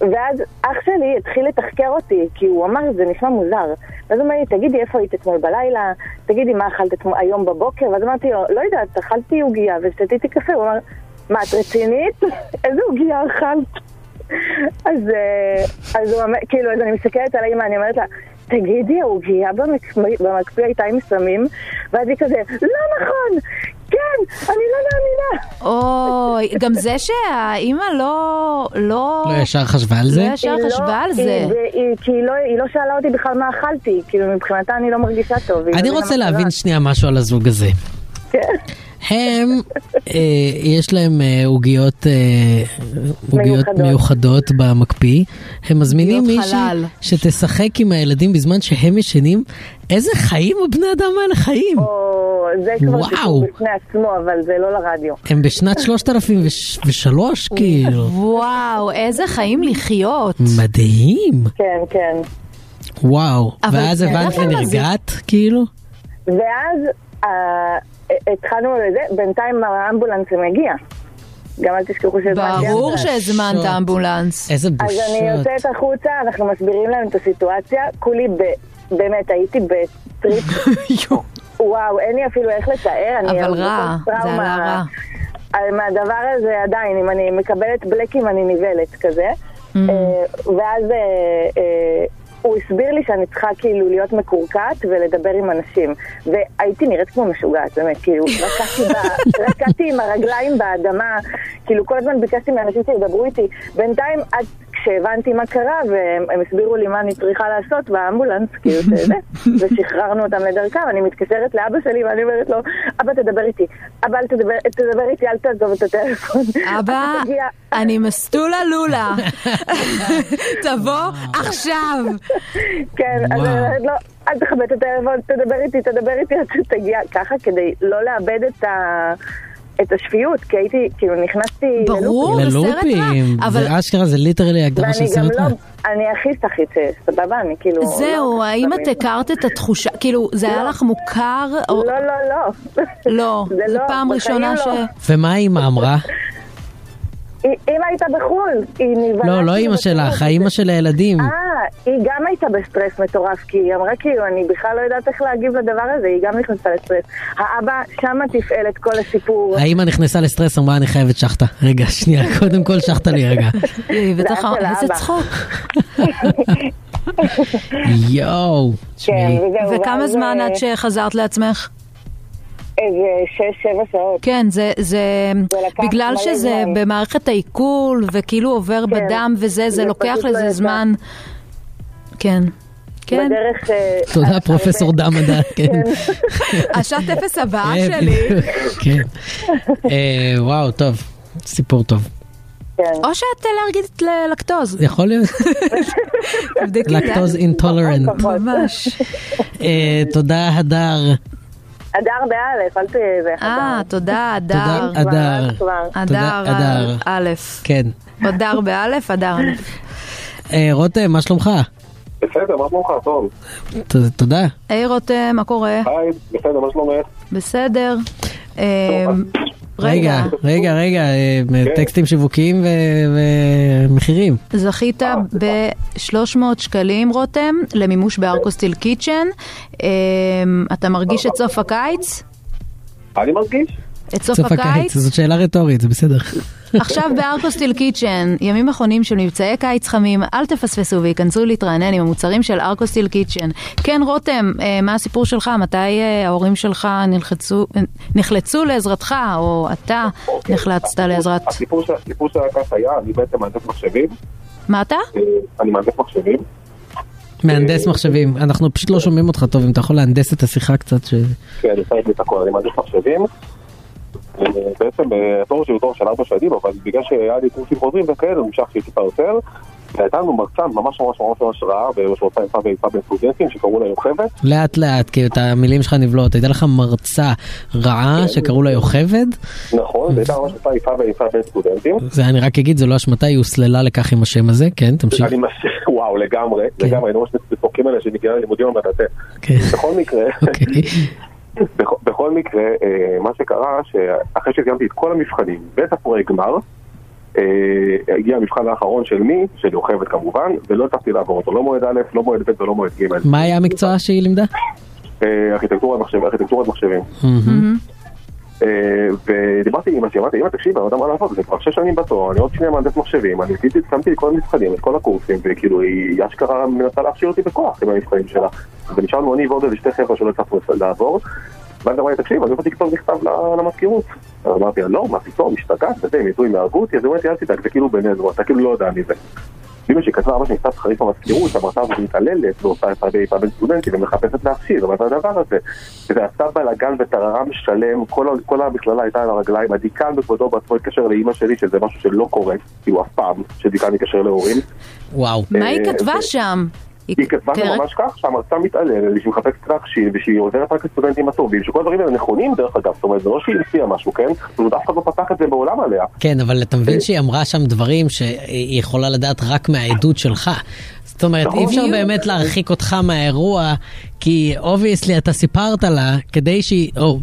ואז אח שלי התחיל לתחקר אותי, כי הוא אמר, זה נשמע מוזר. ואז הוא אמר לי, תגידי, איפה היית אתמול בלילה? תגידי, מה אכלת אתמול, היום בבוקר? ואז אמרתי לו, לא יודעת, אכלתי עוגייה ושתיתי קפה. הוא אמר, מה, את רצינית? *laughs* איזה עוגייה אכלת? אז, אה, אז הוא אומר, כאילו, אז אני מסתכלת על האמא, אני אומרת לה, תגידי, העוגיה במקפיא- במקפיא הייתה עם סמים? ואז היא כזה, לא נכון! כן, אני לא מאמינה!
אוי, גם זה שהאימא לא... לא...
לא ישר חשבה על זה?
לא ישר
היא לא-
חשבה על
היא-
זה.
היא- כי היא לא- היא לא שאלה אותי בכלל מה אכלתי, כאילו, מבחינתה אני לא מרגישה טוב. היא לא
אני
מבינה
רוצה
מה קרה.
להבין שנייה משהו על הזוג הזה.
כן.
הם, אה, יש להם אה, עוגיות אה, עוגיות
מיוחדות.
מיוחדות במקפיא. הם מזמינים
עוגיות
מישהי
חלל.
שתשחק עם הילדים בזמן שהם ישנים. איזה חיים הבני אדם האלה חיים?
או, זה כבר
וואו.
סיפור בפני עצמו, אבל זה לא לרדיו.
הם בשנת 3003 כאילו.
וואו, איזה חיים לחיות.
מדהים.
כן, כן.
וואו.
אבל
ואז
זה
הבנת
למה זה-
ונרגעת כאילו?
ואז אה, התחלנו לזה, בינתיים האמבולנס מגיע. גם אל תשכחו שהזמנתי
ברור
בושות.
שהזמנת אמבולנס.
איזה
אז אני
בושות.
יוצאת החוצה, אנחנו מסבירים להם את הסיטואציה. כולי ב... באמת, הייתי
*laughs*
בטריפ,
יואו.
וואו, אין לי אפילו איך לתאר. אני
אבל
הרבה
רע,
פוסט
זה
טראומה.
עלה רע.
על- מהדבר הזה עדיין, אם אני מקבלת בלקים אני נבהלת כזה.
Mm.
אה, ואז אה, אה, הוא הסביר לי שאני צריכה כאילו להיות מקורקעת ולדבר עם אנשים. והייתי נראית כמו משוגעת, באמת,
*laughs*
כאילו, רקדתי ב- רקדתי עם הרגליים באדמה, כאילו כל הזמן ביקשתי מאנשים שידברו איתי. בינתיים עד כשהבנתי מה קרה, והם הם הסבירו לי מה אני צריכה לעשות באמבולנס,
*laughs*
כאילו שזה, ושחררנו אותם לדרכם, אני מתקשרת לאבא שלי ואני אומרת לו, אבא תדבר איתי, אבא אל תדבר, תדבר איתי, אל תעזוב את הטלפון. *laughs*
אבא,
אתה תגיע."
אני מסטולה
*laughs*
לולה. *laughs* תבוא עכשיו.
כן, אז
וואו.
אני אומרת לו, אל תכבד את הטלפון, תדבר איתי, תדבר איתי עד שתגיע, ככה כדי לא לאבד את ה... את השפיות, כי הייתי, כאילו נכנסתי...
ברור, זה סרט
ללופים,
רע, אבל
זה אשכרה, זה ליטרלי הגדרה של
ואני גם
סרט רע.
לא, אני אחיסטחית, סבבה, אני כאילו...
זהו,
לא
האם את
סמים.
הכרת את התחושה, כאילו, זה היה לך מוכר? או-
לא, לא, לא.
לא,
זה
זו
לא,
פעם
בחיים
ראשונה ש...
לא.
ומה אימא אמרה?
היא- אמא הייתה בחו"ל, היא נבהלה.
לא, לא
כאילו,
אימא שלך, האימא של הילדים.
אה, היא גם הייתה בסטרס מטורף, כי היא אמרה כאילו, אני בכלל לא יודעת איך להגיב לדבר הזה, היא גם נכנסה לסטרס. האבא שמה תפעל את כל הסיפור.
האימא נכנסה לסטרס, אמרה אני חייבת שחטה. רגע, שנייה, *laughs* קודם כל שחטה לי רגע.
היא בטח
לאבא,
אמרה, איזה
לאבא.
צחוק.
יואו, תשמעי,
כן,
כן.
וזהו,
וכמה
ואז,
זמן
אה,
עד שחזרת לעצמך?
איזה שש, שבע שעות.
כן, זה, זה,
זה לקח
בגלל
מלא
שזה
זמן.
במערכת העיכול, וכאילו עובר
כן.
בדם וזה, זה
זה
לוקח
פשוט לא
לזה
יצא.
זמן. כן. כן,
בדרך... אה,
תודה
הרבה-
פרופסור דמדה, כן.
השעת אפס הבאה
אה,
שלי.
בדיוק, כן. אה, וואו, טוב, סיפור טוב.
כן.
או שאת אה, אלרגית ללקטוז,
יכול להיות
תבדקי את
לקטוז
זה.
אינטולרנט.
*laughs* ממש.
אה, תודה הדר,
אדר באלף, אל תהיה זה.
אה, תודה,
תודה
אדר.
הדר.
כבר.
אדר,
תודה, אדר.
א',
כן.
אדר באלף, אדר א'.
אה, רותם, מה שלומך?
בסדר, מה שלומך, תום?
ת- תודה.
היי רותם, מה קורה?
היי, בסדר, מה שלומך?
בסדר. אה,
רגע, רגע,
רגע,
רגע, אה, טקסטים שיווקיים ו- ומחירים.
זכית ב-300 שקלים, רותם, למימוש בהר קוסטיל קיצ'ן. אה, אתה מרגיש את סוף הקיץ?
אני מרגיש?
את סוף
סוף הקיץ,
הקיץ?
זאת שאלה רטורית, זה בסדר.
עכשיו בארקוסטיל קיצ'ן, ימים אחרונים של מבצעי קיץ חמים, אל תפספסו וייכנסו להתרענן עם המוצרים של ארקוסטיל קיצ'ן. כן, רותם, אה, מה הסיפור שלך? מתי אה, ההורים שלך נלחצו, נחלצו לעזרתך, או אתה נחלצת לעזרת...
הסיפור של- הסיפור של הכף היה, אני בעצם מהנדס מחשבים,
מה אתה?
אה, אני מהנדס מחשבים,
מהנדס מחשבים, אנחנו פשוט לא שומעים אותך טוב, אם אתה יכול להנדס את השיחה קצת. ש-
כן, אני צריך את הכל, אני מהנדס מחשבים. אה, בעצם אה, התואר שלי הוא תואר של ארבע שנים, אבל בגלל שהיה לי קורסים חוזרים וכאלה, הוא המשכתי טיפה יותר. והייתה לנו מרצה ממש ממש ממש ממש רעה, ושעושה איפה ואיפה בין סטודנטים, שקראו לה יוכבד.
לאט לאט, כי את המילים שלך נבלעות, הייתה לך מרצה רעה שקראו לה יוכבד,
נכון, והייתה ממש עושה איפה ואיפה בין סטודנטים.
זה אני רק אגיד, זו לא השמטה, היא הוסללה לכך עם השם הזה, כן, תמשיך.
אני מש- *laughs* וואו, לגמרי, לגמרי, אני ממש מצחוקים עליה שנגיעה ללימודים המטאטה.
כן,
בכל מקרה, *laughs*
אוקיי.
בכ- בכל מקרה, אה, מה שקרה, שאחרי שסיימתי את כל המבחנים ואת הפרויקט גמר, אה, הגיע המבחן האחרון של מי, של יוכבד כמובן, ולא הצלחתי לעבור אותו, לא מועד א', לא מועד ב' ולא מועד ג'.
מה היה המקצוע שהיא לימדה?
אה, ארכיטקטורת מחשב- ארכיטקטורת מחשבים. אה, ודיברתי עם אמא שלי, אמרתי, אמא תקשיב, אני לא יודע מה לעשות, זה כבר שש שנים בתואר, אני עוד שנייה מהנדס מחשבים, אני עשיתי, שמתי את כל המבחנים, את כל הקורסים, וכאילו היא אשכרה מנסה להכשיר אותי בכוח עם המבחנים שלה. ונשארנו אני ועוד איזה שתי חבר'ה שלא הצלחנו לעבור, ואז אמרתי, תקשיב, אני רוצה לכתוב מכתב ל- למזכירות. אז אמרתי, לה, לא, מה פתאום, השתגעת, וזה, הם ידעו, הם יהרגו אותי, אז היא אומרת לי, אל תדאג, זה כאילו בינינו, אתה כאילו לא יודע מזה. אמא שלי כתבה ממש מכתב חריף במזכירות, המרצה הזאת מתעללת לא, ועושה את הרבה פעמים סטודנטים ומחפשת להכשיר, אבל זה הדבר הזה. זה עשה בלאגן וטררם שלם, כל ה- כל המכללה הייתה על הרגליים, הדיקן בכבודו בעצמו התקשר לאימא שלי, שזה משהו שלא קורה, כאילו אף פעם, שדיקן מתקשר להורים.
וואו.
מה היא
אה,
כתבה
זה-
שם?
היא כתבה
פרק-
שם ממש כך, שהמרצה מתעללת, ושהיא מחפשת להכשיר, ושהיא עוזרת רק לסטודנטים הטובים, שכל הדברים האלה נכונים דרך אגב, זאת אומרת, זה לא שהיא המציאה משהו, כן? זאת אומרת, אף אחד לא פתח את זה בעולם עליה.
כן, אבל אתה מבין שהיא אמרה שם דברים שהיא יכולה לדעת רק מהעדות שלך. זאת אומרת, אי אפשר באמת להרחיק אותך מהאירוע, כי אובייסלי אתה סיפרת לה, כדי שהיא... או,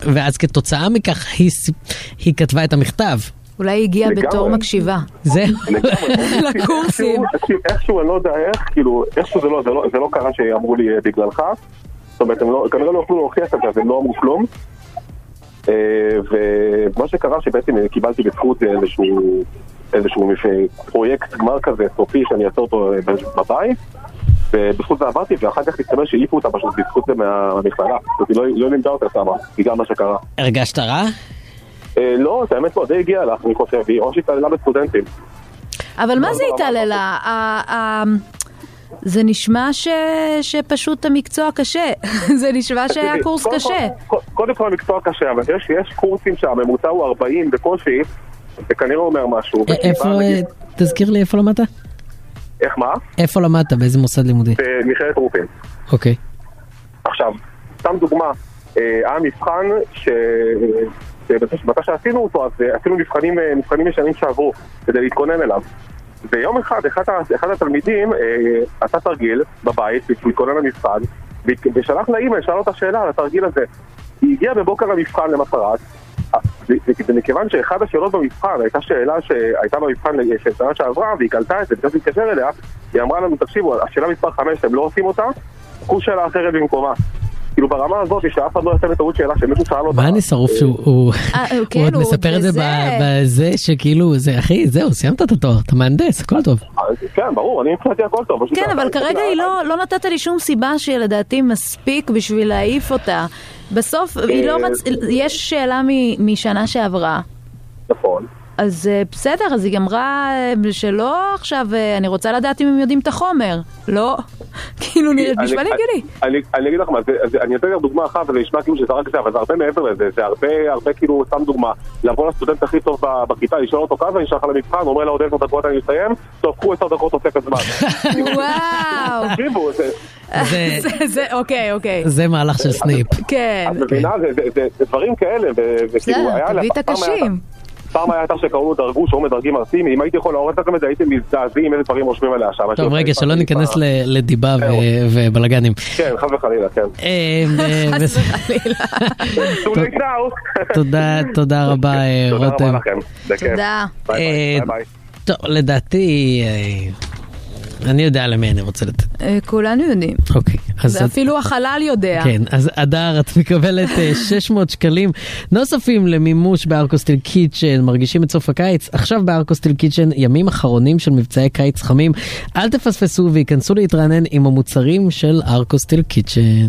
ואז כתוצאה מכך היא, ס- היא כתבה את המכתב.
אולי היא הגיעה
לגמרי.
בתור מקשיבה.
זהו.
לקורסים.
איכשהו- איכשהו, אני לא יודע איך, כאילו, איכשהו זה לא, זה לא, זה לא קרה שאמרו לי אה, בגללך. זאת אומרת, הם לא, כנראה לא יוכלו להוכיח את זה, אז הם לא אמרו כלום. אה, ומה שקרה שבעצם אה, קיבלתי בזכות אה, איזשהו, איזשהו מפ- פרויקט גמר כזה, סופי, שאני אעשה אותו אה, ב- בבית. ובזכות זה עברתי, ואחר כך הסתבר שהעיפו אותה פשוט בזכות זה מה- מהמכללה. זאת אומרת, היא לא, היא לא לימדה אותה שמה, בגלל מה שקרה.
הרגשת רע?
אה, לא, זה האמת לא, די הגיע לך, אני חושב, היא או שהתעללה בסטודנטים.
אבל מה
לא,
זה
לא, לא,
התעללה? ה- ה- זה נשמע ש... שפשוט המקצוע קשה. *laughs* זה נשמע שהיה קורס
קודם
קשה.
כל- קודם כל המקצוע קשה, אבל יש, יש קורסים שהממוצע הוא 40 בקושי, זה כנראה אומר משהו.
א- איפה...
וכשבא,
אה,
נגיד,
תזכיר לי איפה למדת?
אה,
איך מה?
איפה למדת? באיזה מוסד לימודי?
במכללת רופין.
אוקיי.
עכשיו, סתם דוגמה, אה, היה מבחן ש... מתי מתי שעשינו אותו, אז אה, עשינו מבחנים, אה, מבחנים ישנים שעברו כדי להתכונן אליו. ויום אחד, אחד, ה- אחד התלמידים אה, עשה תרגיל בבית, בשביל להתכונן למבחן, והת- ושלח לה אימייל, שאל אותה שאלה על התרגיל הזה. היא הגיעה בבוקר למבחן למחרת, אה, ו- ו- ומכיוון שאחד השאלות במבחן הייתה שאלה שהייתה במבחן ל- של שנה שעברה, והיא קלטה את זה, בגלל שהתקשר אליה, היא אמרה לנו, תקשיבו, השאלה מספר 5, אתם לא עושים אותה, קחו שאלה אחרת במקומה. כאילו ברמה הזאת, שאף אחד לא יעשה בטעות שאלה שמישהו שאל אותה.
מה אני שרוף שהוא הוא-
אה, הוא
הוא עוד
כן, הוא
מספר את זה
בזה.
ב- בזה שכאילו זה אחי זהו סיימת את התואר אתה מהנדס הכל טוב.
אה, כן, ברור, אני מבחינתי הכל טוב. פשוט
כן, אבל
שאלה-
כרגע היא לא, לא נתת לי שום סיבה שלדעתי מספיק בשביל להעיף אותה. בסוף, היא
אה,
לא רצ... יש שאלה מ... משנה שעברה.
נכון.
אז אה, בסדר, אז היא אמרה אה, שלא עכשיו, אה, אני רוצה לדעת אם הם יודעים את החומר. לא. *laughs* כאילו, נראית
אני-
בשביל
אני-
הגיוני.
אני אני אגיד לך מה, זה- זה- אני אתן לך דוגמה אחת, וזה נשמע כאילו שזה רק זה, אבל זה הרבה מעבר לזה, זה הרבה, הרבה כאילו, סתם דוגמה, לבוא לסטודנט הכי טוב ב- בכיתה, לשאול אותו כמה, אני שלח למבחן, הוא אומר לה עוד עשר דקות אני מסיים, טוב, קחו עשר דקות עוסק הזמן.
*laughs* וואו.
תקשיבו, *laughs* זה-
זה-
*laughs* זה- זה, אוקיי, אוקיי.
זה מהלך של סנייפ.
כן.
את מבינה, זה- זה- זה- זה דברים כאלה, ו- וכאילו,
בסדר,
כאילו, היה לה-
תביא את
פעם היה-
הקשים.
פעם היה אתר שקראו לו דרגו, שהיו מדרגים ארציים, אם הייתי יכול להראות לכם את זה, הייתם מזדעזעים איזה דברים רושמים עליה שם.
טוב רגע שלא ניכנס ל- לדיבה ו- ובלאגנים.
כן, חס וחלילה,
*laughs*
כן.
אה,
*laughs*
ו-
חס
ו-
וחלילה.
Too late now.
תודה תודה רבה אה,
אוקיי, תודה
רותם.
רבה לכם. בכיף.
תודה.
ביי ביי,
אה,
ביי ביי.
טוב לדעתי אה, אני יודע למי אני רוצה לתת.
אה, כולנו יודעים.
אוקיי. אז
זה אפילו החלל יודע.
כן, אז אדר, את מקבלת אה, 600 שקלים נוספים למימוש בארקוסטיל קיצ'ן, מרגישים את סוף הקיץ? עכשיו בארקוסטיל קיצ'ן, ימים אחרונים של מבצעי קיץ חמים. אל תפספסו וייכנסו להתרענן עם המוצרים של ארקוסטיל קיצ'ן.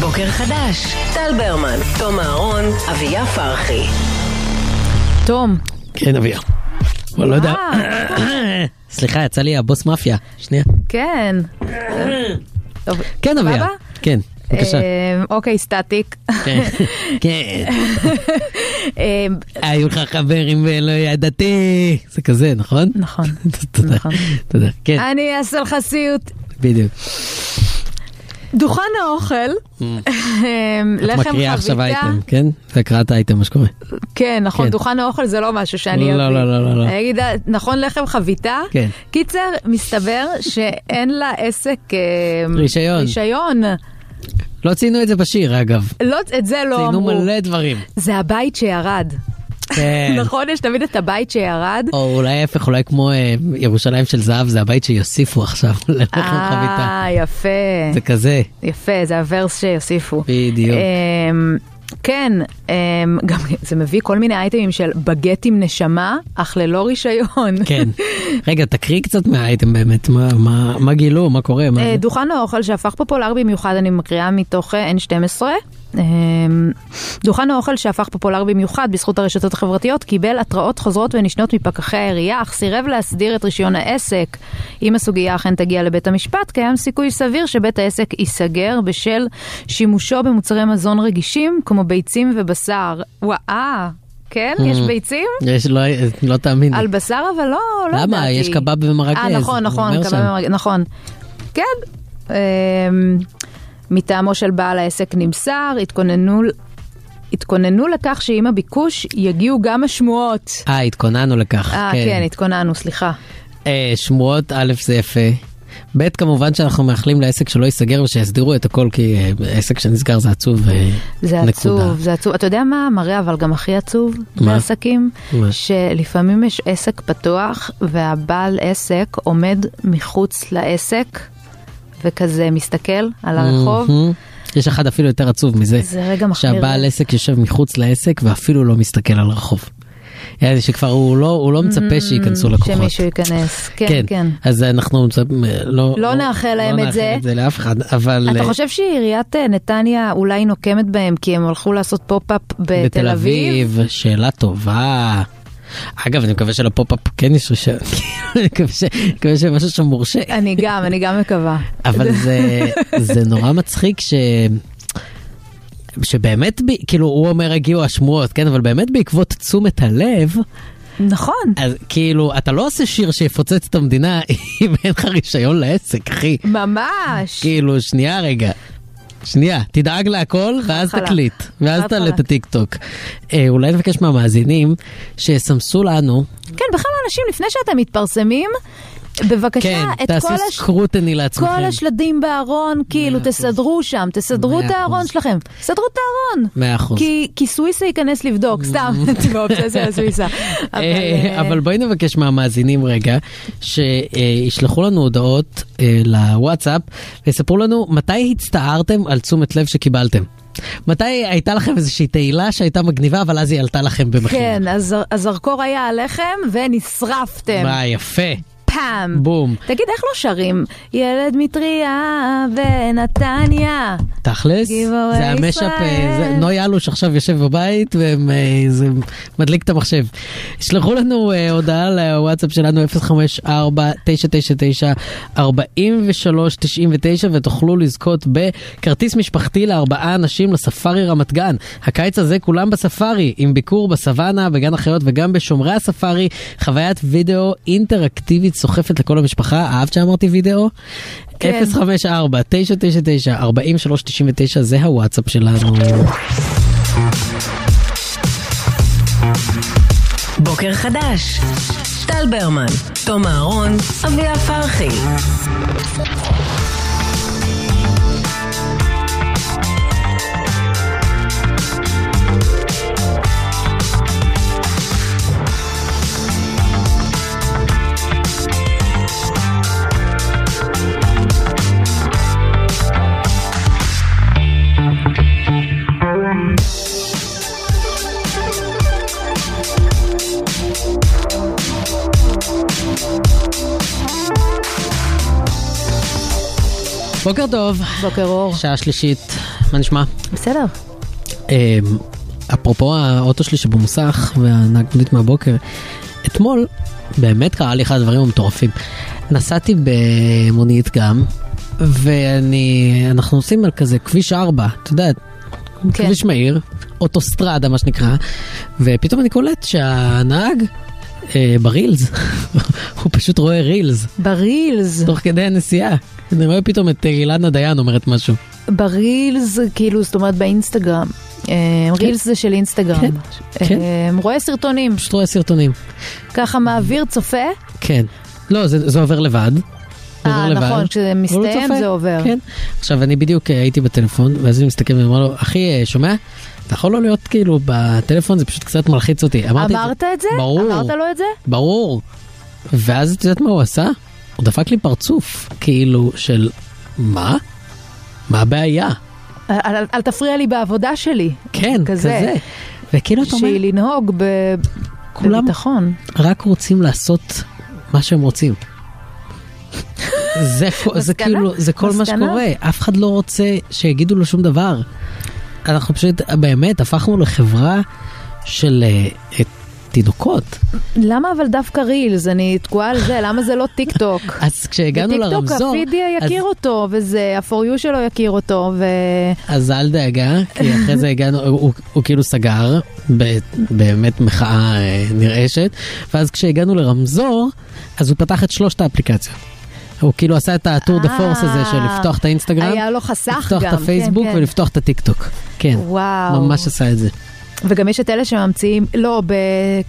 בוקר חדש, טל ברמן, תום אהרון, אביה פרחי.
תום.
כן, אביה. אבל לא יודע.
אה,
*coughs* סליחה, יצא לי הבוס מאפיה. שנייה.
כן. טוב,
כן, אביה.
סבבה?
כן, בבקשה.
אה, אוקיי, סטטיק. *laughs*
כן. כן.
אה,
היו לך חברים ולא ידעתי. זה כזה, נכון?
נכון.
*laughs* תודה.
נכון.
תודה. כן,
אני אעשה לך סיוט.
בדיוק.
דוכן האוכל, *laughs* אה,
Mm.
לחם
את
חביתה.
מקריאה עכשיו אייטם, כן? זה הקראת אייטם, מה שקורה.
כן, נכון,
כן.
דוכן האוכל זה לא משהו שאני
לא,
אביא.
לא, לא, לא, לא, לא.
אני אגיד, אה, נכון, לחם חביתה?
כן.
קיצר, מסתבר שאין לה עסק... אה,
רישיון.
רישיון.
לא ציינו את זה בשיר, אגב.
לא, את זה לא
ציינו
אמרו.
מלא
*laughs*
דברים.
זה הבית שירד.
כן.
נכון, יש תמיד את הבית שירד.
או אולי ההפך, אולי כמו אה, ירושלים של זהב, זה הבית שיוסיפו עכשיו *laughs* ללחם חביתה.
אה, יפה.
זה כזה.
יפה, זה הוורס שיוסיפו.
בדיוק.
אמ, כן, אמ, גם זה מביא כל מיני אייטמים של בגט עם נשמה, אך ללא רישיון.
כן. רגע, תקריא קצת מהאייטם באמת, מה- מה- מה גילו, מה קורה, מה
אה,
זה?
דוכן האוכל שהפך פופולרי במיוחד, אני מקריאה מתוך אה, N12. אמ, דוכן האוכל שהפך פופולרי במיוחד בזכות הרשתות החברתיות קיבל התראות חוזרות ונשנות מפקחי העירייה, אך סירב להסדיר את רישיון העסק. אם הסוגיה אכן תגיע לבית המשפט, קיים סיכוי סביר שבית העסק ייסגר בשל שימושו במוצרי מזון רגישים כמו ביצים ובשר. וואו, כן? יש ביצים?
יש, לא- לא תאמיני.
על בשר אבל לא, לא
למה?
ידעתי.
יש קבב ומרגז,
אה, נכון,
הוא
נכון,
אומר
קבב
שם.
ומרגז, נכון. כן, אמ, מטעמו של בעל העסק נמסר, התכוננו, התכוננו לכך שעם הביקוש יגיעו גם השמועות.
אה, התכוננו לכך.
אה, כן, התכוננו, סליחה.
אה, שמועות, א', זה יפה. ב', כמובן שאנחנו מאחלים לעסק שלא ייסגר ושיסדירו את הכל, כי אה, עסק שנסגר זה עצוב. אה,
זה
נקודה.
עצוב, זה עצוב. אתה יודע מה מראה אבל גם הכי עצוב
מה?
בעסקים?
מה?
שלפעמים יש עסק פתוח והבעל עסק עומד מחוץ לעסק וכזה מסתכל על הרחוב.
מהמם. יש אחד אפילו יותר עצוב מזה.
זה רגע מחמיר.
שהבעל עסק יושב מחוץ לעסק ואפילו לא מסתכל על הרחוב. יעני שכבר הוא לא, הוא לא מצפה שייכנסו לקוחות.
Mm, שמישהו ייכנס, כן, כן.
אז אנחנו מצפ- לא,
לא נאחל להם את
לא
זה.
נאחל את זה לאף אחד, אבל...
אתה
אה,
חושב שעיריית אה, נתניה אולי נוקמת בהם כי הם הלכו לעשות פופ-אפ בתל אביב?
שאלה טובה. אגב, אני מקווה שלפופ-אפ כן יש רישיון, *laughs* אני מקווה ש- מקווה שמשהו שם מורשה.
אני גם, אני גם מקווה.
אבל
*laughs*
זה, זה נורא מצחיק ש... שבאמת, ב- כאילו, הוא אומר הגיעו השמועות, כן? אבל באמת בעקבות תשומת הלב,
נכון.
אז כאילו, אתה לא עושה שיר שיפוצץ את *laughs* המדינה אם אין לך רישיון לעסק, אחי.
ממש.
כאילו, שנייה רגע. שנייה, תדאג להכל, ואז
חלק.
תקליט, ואז
חד
תעלה
חלק.
את הטיקטוק. אה, אולי נבקש מהמאזינים שיסמסו לנו,
כן, בכלל אנשים, לפני שאתם מתפרסמים, בבקשה,
כן,
את
תעשו
כל, הש...
סקרוטני לעצמכם.
כל השלדים בארון, כאילו, תסדרו שם, תסדרו את
מאה
הארון
אחוז.
שלכם, תסדרו את הארון.
מאה אחוז.
כי, כי סוויסה ייכנס לבדוק,
*laughs*
סתם, זה באובססיה לסוויסה. אבל,
אה,
אה,
אבל בואי נבקש מהמאזינים רגע, שישלחו לנו הודעות אה, לוואטסאפ, ויספרו לנו מתי הצטערתם על תשומת לב שקיבלתם. מתי הייתה לכם איזושהי תהילה שהייתה מגניבה, אבל אז היא עלתה לכם במחיר.
כן, הזר- הזרקור היה עליכם ונשרפתם.
מה, יפה.
פעם.
בום.
תגיד, איך לא שרים? ילד מטריה בנתניה.
תכלס,
גיבורי
זה המשאפ, אה,
ישראל.
זה נוי אלוש עכשיו יושב בבית וזה מדליק את המחשב. שלחו לנו אה, הודעה לוואטסאפ שלנו 054-999-4399 ותוכלו לזכות בכרטיס משפחתי לארבעה אנשים לספארי רמת גן. הקיץ הזה כולם בספארי, עם ביקור בסוואנה, בגן החיות וגם בשומרי הספארי, חוויית וידאו אינטראקטיבית סוחפת לכל המשפחה. אהבת שאמרתי וידאו?
כן.
054-999-4399 זה הוואטסאפ שלנו.
בוקר חדש. טל ברמן, תום אהרון, אביה פרחי.
בוקר טוב,
בוקר אור.
שעה שלישית, מה נשמע?
בסדר.
אה, אפרופו האוטו שלי שבמוסך והנהג מונית מהבוקר, אתמול באמת קרה לי אחד הדברים המטורפים. נסעתי במונית גם, ואני, אנחנו נוסעים על כזה כביש 4, את יודעת,
כן.
כביש מהיר, אוטוסטרדה מה שנקרא, ופתאום אני קולט שהנהג אה, ברילס, *laughs* הוא פשוט רואה רילס,
ברילס.
תוך כדי הנסיעה. אני רואה פתאום את אה, אילנה דיין אומרת משהו.
ברילס, כאילו, זאת אומרת באינסטגרם. אה, רילס זה של אינסטגרם.
כן, כן.
אה, רואה סרטונים,
פשוט רואה סרטונים.
ככה מעביר, צופה.
כן. לא, זה, זה עובר לבד. זה
אה,
עובר לבד.
נכון, כשזה
אבל הוא
מסתיים
צופה.
זה עובר.
כן. עכשיו, אני בדיוק אה, הייתי בטלפון, ואז אני מסתכל ואומר לו, אחי, אה, שומע? אתה יכול לא להיות כאילו בטלפון, זה פשוט קצת מלחיץ אותי. אמרתי, את זה.
אמרת את זה?
ברור.
אמרת לו את זה?
ברור. ואז את יודעת מה הוא עשה? הוא דפק לי פרצוף, כאילו, של מה? מה הבעיה?
אל- אל אל תפריע לי בעבודה שלי.
כן,
כזה.
כזה. וכאילו, אתה אומר,
שהיא לנהוג ב-
כולם-
בביטחון.
רק רוצים לעשות מה שהם רוצים. זה, כל- זה
מסקנה?
כאילו, זה כל מה
מסקנה?
שקורה, אף אחד לא רוצה שיגידו לו שום דבר. אנחנו פשוט, באמת, הפכנו לחברה של אה, אה, תינוקות.
למה אבל דווקא רילס? אני תקועה על זה, למה זה לא טיק
*laughs*
טוק?
אז כשהגענו
בטיקטוק
לרמזור,
הפידי
אז,
יכיר אותו, וזה, ה-for you שלו יכיר אותו, ו...
אז אל דאגה, כי אחרי זה הגענו, הוא, הוא, הוא כאילו סגר, ב, באמת מחאה אה, נרעשת, ואז כשהגענו לרמזור, אז הוא פתח את שלושת האפליקציות. הוא כאילו עשה את ה-tour the force הזה של
אה,
לפתוח את האינסטגרם.
היה לו חסך גם.
לפתוח את
כן,
הפייסבוק
כן.
ולפתוח את הטיקטוק. כן,
וואו.
ממש עשה את זה.
וגם יש את אלה שממציאים, לא, ב...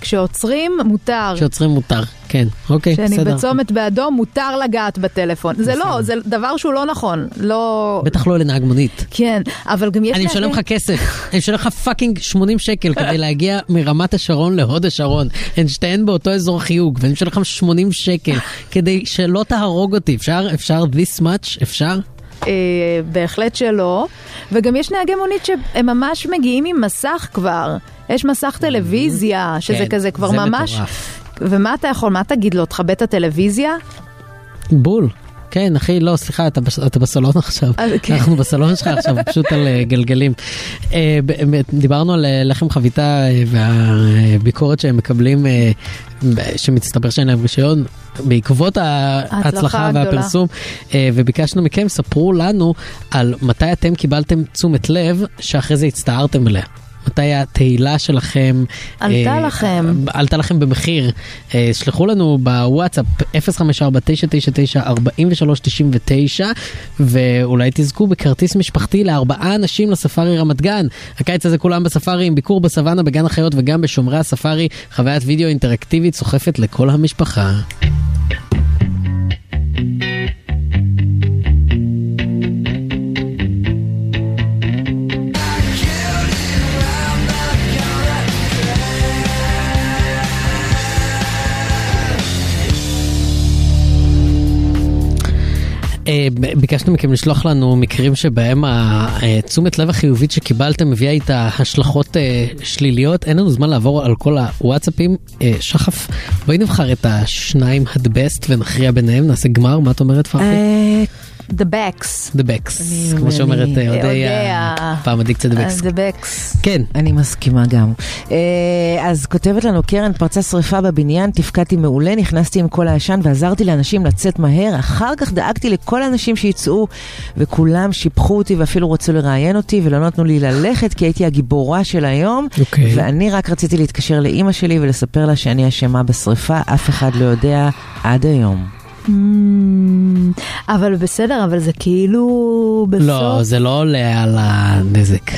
כשעוצרים מותר.
כשעוצרים מותר, כן, אוקיי,
כשאני
בסדר.
בצומת באדום, מותר לגעת בטלפון. זה לא, זה דבר שהוא לא נכון. לא...
בטח לא לנהג מונית.
כן, אבל גם יש...
אני משלם לך
להבין-
כסף, *laughs* אני משלם לך פאקינג 80 שקל
*laughs*
כדי להגיע מרמת השרון להוד השרון. הן שתיהן באותו אזור חיוג, ואני משלם לך 80
*laughs*
שקל כדי שלא תהרוג אותי. אפשר? אפשר this much? אפשר?
אה, בהחלט שלא. וגם יש נהגי מונית שהם ממש מגיעים עם מסך כבר. יש מסך טלוויזיה, שזה
כן,
כזה כבר
זה
ממש...
מטורף.
ומה אתה יכול, מה תגיד לו, תכבה את הטלוויזיה?
בול. כן, אחי, לא, סליחה, אתה, בס... אתה בסלון *laughs* עכשיו.
אה, כן.
אנחנו בסלון שלך
*laughs*
עכשיו, פשוט על אה, גלגלים. אה, באמת, דיברנו על אה, לחם חביתה אה, והביקורת שהם מקבלים, אה, ב- שמסתבר שאין להם רישיון, בעקבות ההצלחה
הגדולה.
והפרסום, אה, וביקשנו מכם, ספרו לנו על מתי אתם קיבלתם תשומת לב שאחרי זה הצטערתם אליה. מתי התהילה שלכם... אה,
עלתה לכם.
עלתה לכם במחיר. אה, שלחו לנו בוואטסאפ 054-999-4399, ואולי תזכו בכרטיס משפחתי לארבעה אנשים לספארי רמת גן. הקיץ הזה כולם בספארי עם ביקור בסוואנה, בגן החיות וגם בשומרי הספארי. חוויית וידאו אינטראקטיבית סוחפת לכל המשפחה. אה, ב- ביקשנו מכם לשלוח לנו מקרים שבהם התשומת לב החיובית שקיבלתם מביאה איתה השלכות אה, שליליות. אין לנו זמן לעבור על כל הוואטסאפים. אה, שחף, בואי נבחר את השניים הדבסט ונכריע ביניהם, נעשה גמר, מה את אומרת פרחי?
אה, The Backs.
The Backs,
אני-
כמו שאומרת
אני-
אה, אודיה,
אודיה.
פעם אדיקציה The Backs.
אה, The Backs.
כן,
אני מסכימה גם. אה, אז כותבת לנו קרן, פרצה שריפה בבניין, תפקדתי מעולה, נכנסתי עם כל העשן ועזרתי לאנשים לצאת מהר, אחר כך דאגתי לכל האנשים שיצאו, וכולם שיבחו אותי ואפילו רצו לראיין אותי, ולא נתנו לי ללכת כי הייתי הגיבורה של היום,
אוקיי.
ואני רק רציתי להתקשר לאימא שלי ולספר לה שאני אשמה בשריפה, אף אחד לא יודע עד היום.
אמ, אבל בסדר, אבל זה כאילו בסוף.
לא, זה לא עולה על הנזק.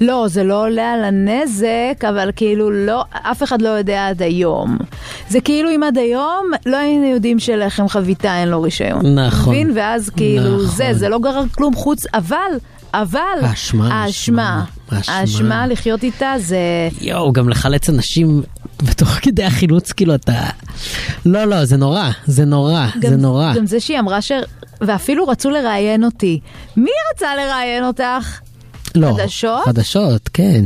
לא, זה לא עולה על הנזק, אבל כאילו לא, אף אחד לא יודע עד היום. זה כאילו אם עד היום לא היינו יודעים שלחם חביתה אין לו רישיון.
נכון.
מבין? ואז כאילו
נכון.
זה, זה לא גרר כלום חוץ, אבל, אבל,
האשמה,
האשמה,
האשמה.
האשמה לחיות איתה זה...
יואו, גם לחלץ אנשים ותוך כדי החילוץ, כאילו אתה... לא, לא, זה נורא, זה נורא, זה נורא.
גם זה שהיא אמרה ש... ואפילו רצו לראיין אותי. מי רצה לראיין אותך?
לא,
חדשות?
חדשות, כן.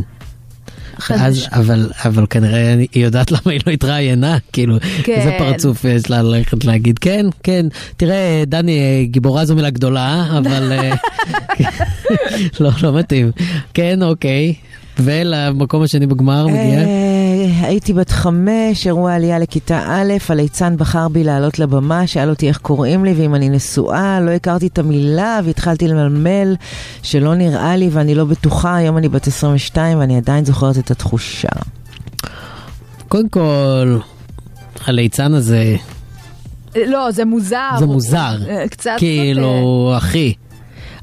אז, אבל, אבל כנראה היא יודעת למה היא לא התראיינה, כאילו,
כן.
איזה פרצוף יש לה ללכת להגיד, כן, כן, תראה, דני, אה, גיבורה זו מילה גדולה, אבל... אה, *laughs* לא, לא מתאים. כן, אוקיי. ולמקום השני בגמר מגיע?
אה, הייתי בת חמש, אירוע עלייה לכיתה א', הליצן בחר בי לעלות לבמה, שאל אותי איך קוראים לי ואם אני נשואה, לא הכרתי את המילה והתחלתי למלמל שלא נראה לי ואני לא בטוחה, היום אני בת 22 ואני עדיין זוכרת את התחושה.
קודם כל, הליצן הזה,
לא, זה מוזר.
זה מוזר.
אה, קצת...
כאילו, אחי,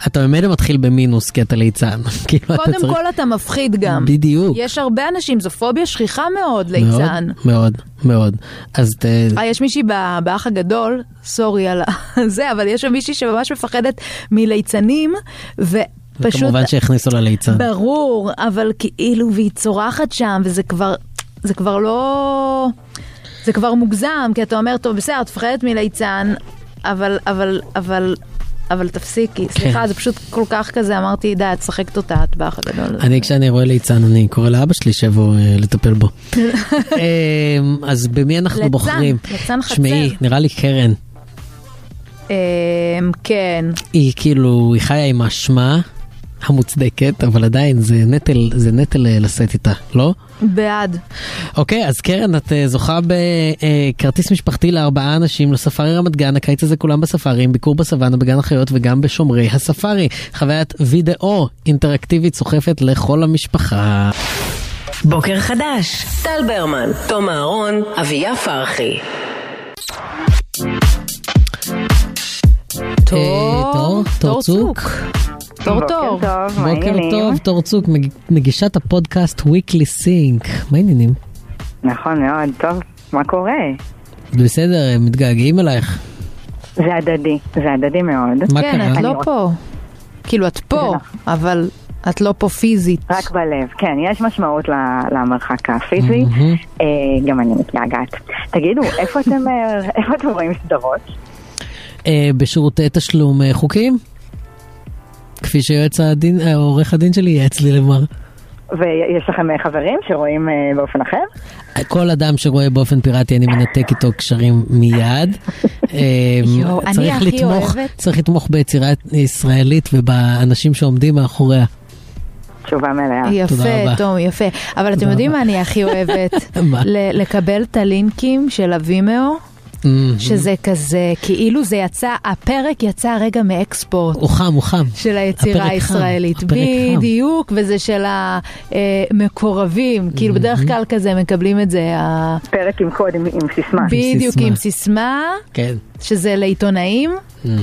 אתה ממילא מתחיל במינוס כי אתה ליצן. *laughs* כאילו,
אה,
אתה
קודם
צריך...
כל אתה מפחיד גם.
בדיוק.
יש הרבה אנשים, זו פוביה שכיחה מאוד, ליצן.
מאוד, מאוד, מאוד. אז ת...
אה, יש מישהי ב- באח הגדול, סורי על ה- *laughs* זה, אבל יש שם מישהי שממש מפחדת מליצנים, ופשוט...
כמובן שהכניסו לה ליצן.
ברור, אבל כאילו, והיא צורחת שם, וזה כבר, זה כבר לא... זה כבר מוגזם, כי אתה אומר, טוב, בסדר, את מפחדת מליצן, אבל, אבל, אבל, אבל
כן.
תפסיקי. סליחה, זה פשוט כל כך כזה, אמרתי, די, את שחקת אותה, את באח הגדול.
אני כשאני רואה ליצן אני קורא לאבא שלי שיבוא אה, לטפל
*laughs*
בו. אמ, אז במי אנחנו
ליצן,
בוחרים?
ליצן חצר.
שמעי, נראה לי קרן.
אמ, כן,
היא כאילו, היא חיה עם האשמה המוצדקת, אבל עדיין זה נטל, זה נטל אה, לשאת איתה, לא?
בעד.
אוקיי, אז קרן, את אה, זוכה בכרטיס משפחתי לארבעה אנשים לספארי רמת גן, הקיץ הזה כולם בספארי, עם ביקור בסוואנה, בגן החיות וגם בשומרי הספארי. חוויית וידאו אינטראקטיבית סוחפת לכל המשפחה.
בוקר חדש, טל ברמן, תום אהרון, אביה פרחי.
אה, תור, תור צוק.
תור
לא, כן,
תור.
בוקר טוב, מה
בוקר
העניינים?
טוב, תור צוק, מג- מגישת הפודקאסט Weekly Sync. מה העניינים?
נכון מאוד, טוב, מה קורה?
בסדר, הם מתגעגעים אלייך.
זה הדדי, זה הדדי מאוד.
מה
כן,
קרה?
את לא פה. כאילו, את פה, אבל את לא פה פיזית.
רק בלב, כן, יש משמעות ל- למרחק הפיזי,
מהמם.
אה, גם אני מתגעגעת. תגידו, איפה אתם, אה, איפה אתם רואים סדרות?
אה, בשירותי תשלום אה, חוקיים? כפי שיועץ הדין, אה, עורך הדין שלי ייעץ לי לומר.
ויש לכם אה, חברים שרואים אה, באופן אחר?
כל אדם שרואה באופן פיראטי, אני מנתק איתו קשרים
*laughs*
מיד. אה,
יואו, אני
צריך
הכי
לתמוך-
אוהבת.
צריך לתמוך ביצירה ישראלית ובאנשים שעומדים מאחוריה.
תשובה מלאה.
תודה רבה.
יפה, תום, יפה. אבל אתם יודעים מה אני הכי אוהבת?
*laughs* מה?
ל- לקבל את הלינקים של הווימאו
Mm-hmm.
שזה כזה, כאילו זה יצא, הפרק יצא רגע מאקספורט.
הוא חם, הוא חם.
של היצירה
הפרק חם,
הישראלית,
הפרק חם.
בדיוק, וזה של המקורבים, כאילו בדרך
Mm-hmm.
כלל כזה מקבלים את זה, ה-
פרק עם קוד, עם, עם סיסמה.
בדיוק
סיסמה.
עם סיסמה,
כן.
שזה לעיתונאים.
מהמם.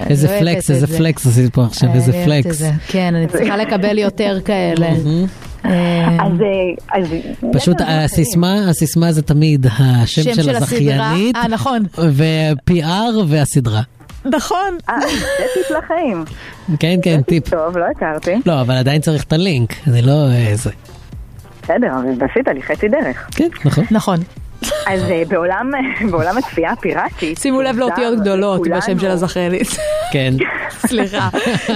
אני
איזה
אוהבת
פלקס,
את
איזה
זה.
פלקס עשית פה עכשיו,
אני
איזה
אוהבת את
פלקס.
זה. כן, אני צריכה לקבל יותר כאלה.
Mm-hmm.
אה,
אז... אה, אז
פשוט הסיסמה, הסיסמה זה תמיד השם
שם
של
של הסדרה,
הזכיינית,
אה נכון,
ו-PR והסדרה.
נכון,
אה, זה טיפ לחיים.
כן, כן, טיפ.
טוב, לא הכרתי.
לא, אבל עדיין צריך את הלינק, זה לא איזה.
בסדר, אבל עשית לי חצי דרך.
כן,
*laughs*
נכון.
נכון.
אז אה, בעולם בעולם הצפייה הפיראטית...
שימו לב לאותיות
כולנו-
גדולות בשם
כולנו-
של הזכיינית.
כן.
*laughs* סליחה.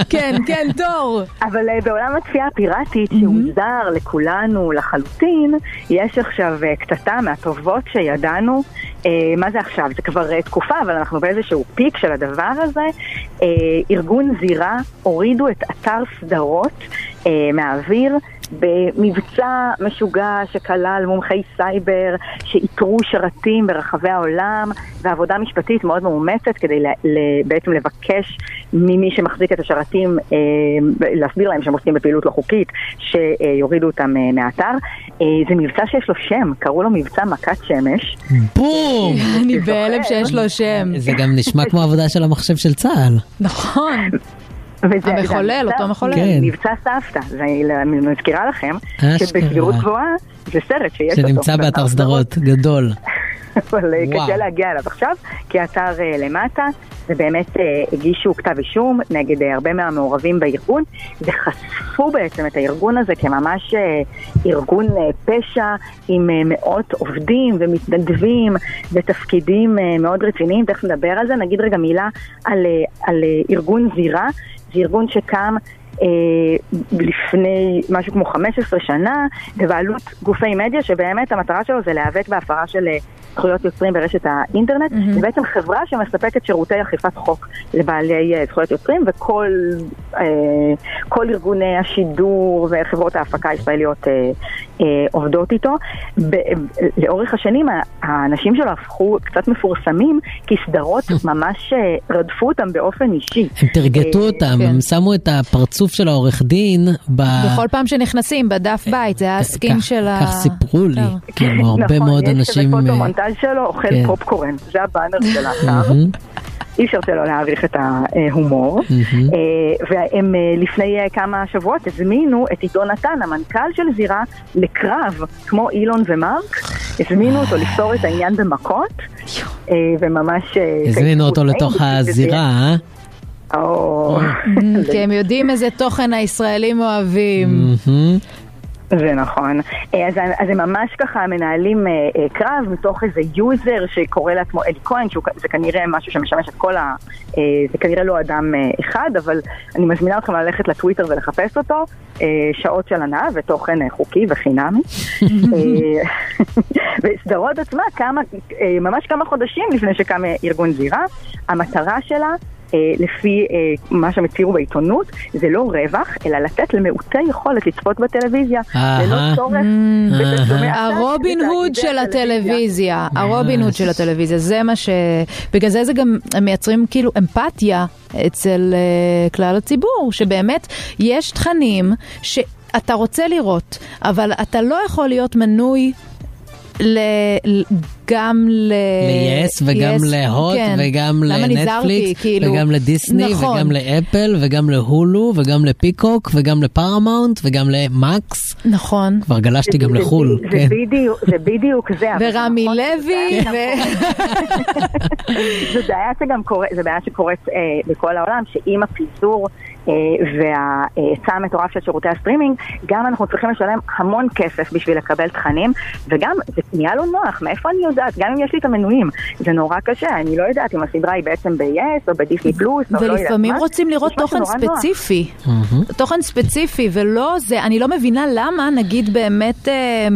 כן, כן, תור.
אבל אה, בעולם הצפייה הפיראטית, שהוא זר לכולנו לחלוטין, יש עכשיו אה, קטטה מהטובות שידענו. אה, מה זה עכשיו? זה כבר אה, תקופה, אבל אנחנו באיזשהו פיק של הדבר הזה. אה, ארגון זירה הורידו את אתר סדרות אה, מהאוויר. במבצע משוגע שכלל מומחי סייבר שאיתרו שרתים ברחבי העולם ועבודה משפטית מאוד מאומצת כדי ל, ל, בעצם לבקש ממי שמחזיק את השרתים אה, להסביר להם שהם עוסקים בפעילות לא חוקית שיורידו אותם אה, מהאתר. אה, זה מבצע שיש לו שם, קראו לו מבצע מכת שמש.
בום!
אני בהלם שיש לו שם.
זה גם נשמע כמו עבודה של המחשב של צה"ל.
נכון.
וזה- זה
המחולל,
המבצע-
אותו מחולל.
כן.
מבצע סבתא, זה- אני מזכירה לכם,
אשכרה.
שבסבירות גבוהה זה סרט שיש אותו.
שנמצא באתר
ואנחנו-
סדרות, גדול.
אבל אה,
וואו.
קשה להגיע אליו עכשיו, כי האתר אה, למטה, ובאמת אה, הגישו כתב אישום נגד אה, הרבה מהמעורבים בארגון, וחשפו בעצם את הארגון הזה כממש אה, ארגון אה, פשע עם אה, מאות עובדים ומתנדבים ותפקידים אה, מאוד רציניים, תכף נדבר על זה, נגיד רגע מילה על, אה, על אה, ארגון זירה, זה ארגון שקם אה, לפני משהו כמו 15 שנה, בבעלות גופי מדיה, שבאמת המטרה שלו זה להיאבק בהפרה של אה, זכויות יוצרים ברשת האינטרנט. Mm-hmm. זה בעצם חברה שמספקת שירותי אכיפת חוק לבעלי אה, זכויות יוצרים, וכל אה, כל ארגוני השידור וחברות ההפקה הישראליות אה, אה, עובדות איתו. ב- אה, לאורך השנים ה- האנשים שלו הפכו קצת מפורסמים, כי סדרות ממש אה, רדפו אותם באופן אישי.
הם תרגטו
אה,
אותם,
כן.
הם שמו את הפרצוף של העורך דין ב...
בכל פעם שנכנסים, בדף בית, זה היה הסקין
כך-
של ה...
אה, כך סיפרו לי,
*laughs* כן.
כאילו הרבה
נכון,
מאוד
יש כזה
אנשים... אה,
פוטו-מונטאז' שלו, אוכל
כן.
פופקורן, זה הבאנר
*laughs*
של האתר.
מהמם,
אי אפשר שלא להעריך את ההומור.
מהמם.
אה, והם אה, לפני אה, כמה שבועות הזמינו את עידו נתן, המנכ"ל של זירה, לקרב, כמו אילון ומרק. הזמינו אותו לפתור את העניין במכות, אה, וממש... אה,
הזמינו אותו
אה,
לתוך
זה-
הזירה, אוקיי. אה?
או,
Mm, כי הם יודעים איזה תוכן הישראלים
Mm.
אוהבים.
מהמם.
זה נכון. אה, אז, אז הם ממש ככה מנהלים אה, אה, קרב מתוך איזה יוזר שקורא לעצמו אלי כהן, שזה כנראה משהו שמשמש את כל ה... אה, זה כנראה לא אדם אה, אחד, אבל אני מזמינה אתכם ללכת לטוויטר ולחפש אותו, אה, שעות של הנאה ותוכן אה, חוקי וחינמי. אה, *laughs* וסדרות עצמה כמה, אה, ממש כמה חודשים לפני שקם אה, ארגון זירה, המטרה שלה... אה, לפי אה, מה שהם הצהירו בעיתונות, זה לא רווח, אלא לתת למעוטי יכולת לצפות בטלוויזיה,
אהה. אה,
ללא צורך
אהה.
בתשלומי עתק
Mm. הרובין הוד
בתאגידי
של
הטלוויזיה.
הטלוויזיה,
כן.
הרובין הוד של הטלוויזיה, זה מה ש... בגלל זה זה גם, הם מייצרים כאילו אמפתיה אצל אה, כלל הציבור, שבאמת יש תכנים שאתה רוצה לראות, אבל אתה לא יכול להיות מנוי ל... ל- גם ל...
ל-yes וגם
אה, yes,
להוט
כן.
וגם
למה נזהרתי,
לנטפליקס
כאילו...
וגם לדיסני
נכון.
וגם לאפל וגם להולו וגם לפיקוק וגם לפרמאונט וגם למקס.
נכון.
כבר גלשתי גם לחול,
זה
כן.
בדיוק- זה בדיוק זה. אבל זה
ורמי
נכון,
לוי, ו...
זו בעיה שגם קורה, זו בעיה שקורית אה, בכל העולם, שעם הפיזור אה, וההיצע המטורף של שירותי הסטרימינג, גם אנחנו צריכים לשלם המון כסף בשביל לקבל תכנים, וגם זה נהיה לא נוח, מאיפה אני יודעת? גם אם יש לי את המנויים, זה נורא קשה, אני לא יודעת אם הסדרה היא בעצם ב-yes או בדיסני פלוס, או לא יודעת מה.
ולפעמים רוצים לראות
יש משהו
תוכן
נורא נוח.
ספציפי. תוכן ספציפי, ולא זה, אני לא מבינה למה, נגיד באמת אה,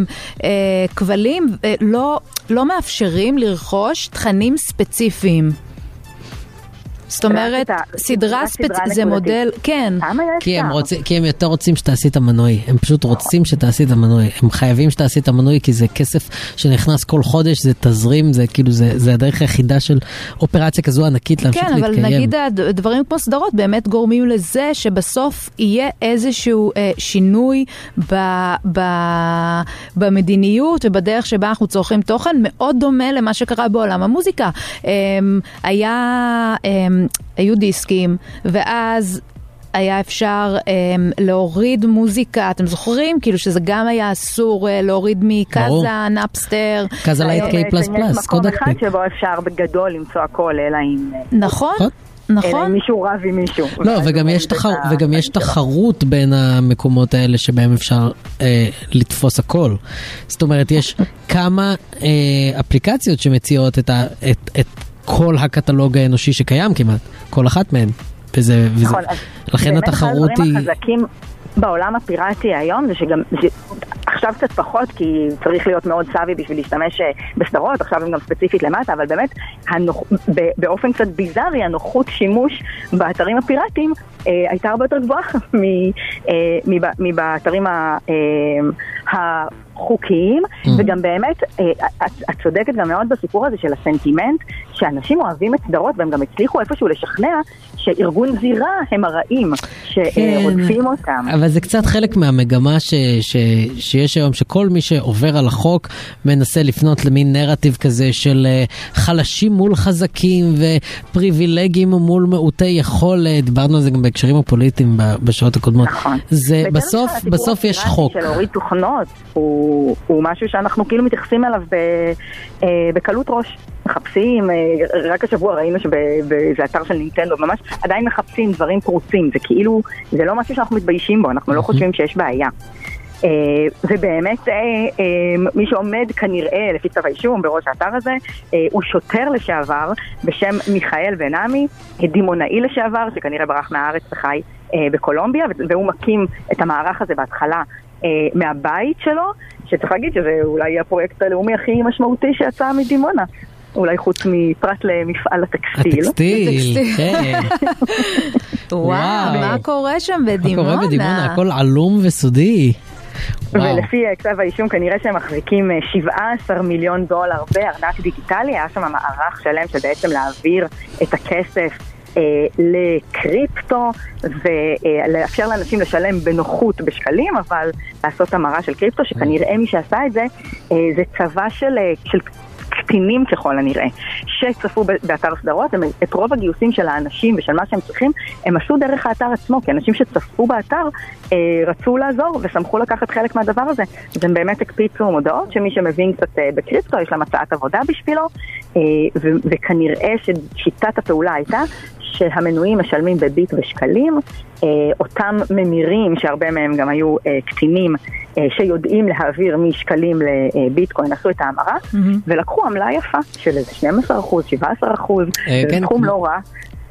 אה, כבלים אה, לא, לא מאפשרים לרכוש תכנים ספציפיים. זאת אומרת, סדרה ספציפית, זה מודל, כן.
אה?
כי הם, רוצים, כי הם יותר רוצים שתעשי את המנוי, הם פשוט רוצים שתעשי את המנוי, הם חייבים שתעשי את המנוי כי זה כסף שנכנס כל חודש, זה תזרים, זה כאילו, זה, זה הדרך היחידה של אופרציה כזו ענקית להמשיך
כן,
להתקיים.
אבל נגיד הד- דברים כמו סדרות באמת גורמים לזה שבסוף יהיה איזשהו אה, שינוי ב, ב, במדיניות ובדרך שבה אנחנו צורכים תוכן, מאוד דומה למה שקרה בעולם המוזיקה. אה, היה, אה, היו דיסקים, ואז... היה אפשר um, להוריד מוזיקה, אתם זוכרים? כאילו שזה גם היה אסור uh, להוריד
ברור.
מקאזה, נאפסטר.
קאזה לייט
היום אה,
קיי פלאס
בעצם יש
פלאס,
מקום
קודק
אחד
פיק.
שבו אפשר בגדול למצוא הכל, אלא אם... אה,
נכון,
אלא
נכון.
אם מישהו רב עם מישהו.
לא, וגם יש, תחר... וגם יש תחרות בין המקומות האלה שבהם אפשר אה, לתפוס הכל. זאת אומרת,
*laughs*
יש כמה אה, אפליקציות שמציעות את, ה... את, את כל הקטלוג האנושי שקיים כמעט, כל אחת מהן. וזה, וזה...
נכון, אז
לכן
באמת
התחרות
אחד
היא...
הדברים החזקים בעולם הפיראטי היום זה שגם... ש- עכשיו קצת פחות, כי צריך להיות מאוד סאבי בשביל להשתמש אה, בסדרות, עכשיו הם גם ספציפית למטה, אבל באמת, הנוח... ב- באופן קצת ביזארי, הנוחות שימוש באתרים הפיראטיים אה, הייתה הרבה יותר גבוהה *laughs* מ- אה, מב- מבאתרים ה- אה, החוקיים,
Mm.
וגם באמת, אה, את- את צודקת גם מאוד בסיפור הזה של הסנטימנט, שאנשים אוהבים את סדרות, והם גם הצליחו איפשהו לשכנע שארגון זירה הם הרעים, שרודפים אותם.
כן. אבל זה קצת חלק מהמגמה ש, ש, שיש היום, שכל מי שעובר על החוק מנסה לפנות למין נרטיב כזה של אה, חלשים מול חזקים ופריבילגים מול מעוטי יכולת. דיברנו על זה גם בהקשרים הפוליטיים ב- בשעות הקודמות. נכון. זה
בדרך
בסוף,
כלל הסיפור
בסוף יש
הפיראטי
חוק.
של להוריד תוכנות הוא, הוא משהו שאנחנו כאילו מתייחסים אליו ב, אה, בקלות ראש. מחפשים, אה, רק השבוע ראינו שזה אתר של נינטנדו, ממש עדיין מחפשים דברים פרוצים, זה כאילו, זה לא משהו שאנחנו מתביישים בו, אנחנו לא חושבים שיש בעיה. אה, ובאמת, אה, אה, מי שעומד כנראה, לפי צו האישום, בראש האתר הזה, אה, הוא שוטר לשעבר בשם מיכאל בן עמי, דימונאי לשעבר, שכנראה ברח מהארץ וחי אה, בקולומביה, ו- והוא מקים את המערך הזה בהתחלה אה, מהבית שלו, שצריך להגיד שזה אולי הפרויקט הלאומי הכי משמעותי שיצא מדימונה. אולי חוץ מפרט למפעל הטקסטיל.
הטקסטיל, כן.
וואו,
וואו.
מה קורה שם
מה
בדימונה?
קורה בדימונה? הכל עלום וסודי. וואו.
ולפי אה, כתב האישום כנראה שהם מחזיקים אה, 17 מיליון דולר בארנק דיגיטלי, היה שם מערך שלם של בעצם להעביר את הכסף אה, לקריפטו ולאפשר לאנשים לשלם בנוחות בשקלים, אבל לעשות המרה של קריפטו, שכנראה מי שעשה את זה, אה, זה צבא של, אה, של קטינים ככל הנראה, שצפו ב- באתר סדרות, הם, את רוב הגיוסים של האנשים ושל מה שהם צריכים, הם עשו דרך האתר עצמו, כי אנשים שצפו באתר אה, רצו לעזור ושמחו לקחת חלק מהדבר הזה. אז הם באמת הקפיצו מודעות, שמי שמבין קצת אה, בקריפטו, יש להם הצעת עבודה בשבילו, אה, ו- וכנראה ששיטת הפעולה הייתה שהמנויים משלמים בביט ושקלים, אה, אותם ממירים, שהרבה מהם גם היו אה, קטינים, אה, שיודעים להעביר משקלים לביטקוין, עשו את ההמרה,
Mm-hmm.
מהמם.
ולקחו עמלה יפה של איזה 12 אחוז, 17 אחוז,
אה,
זה
כן,
סכום
כמו-
לא רע.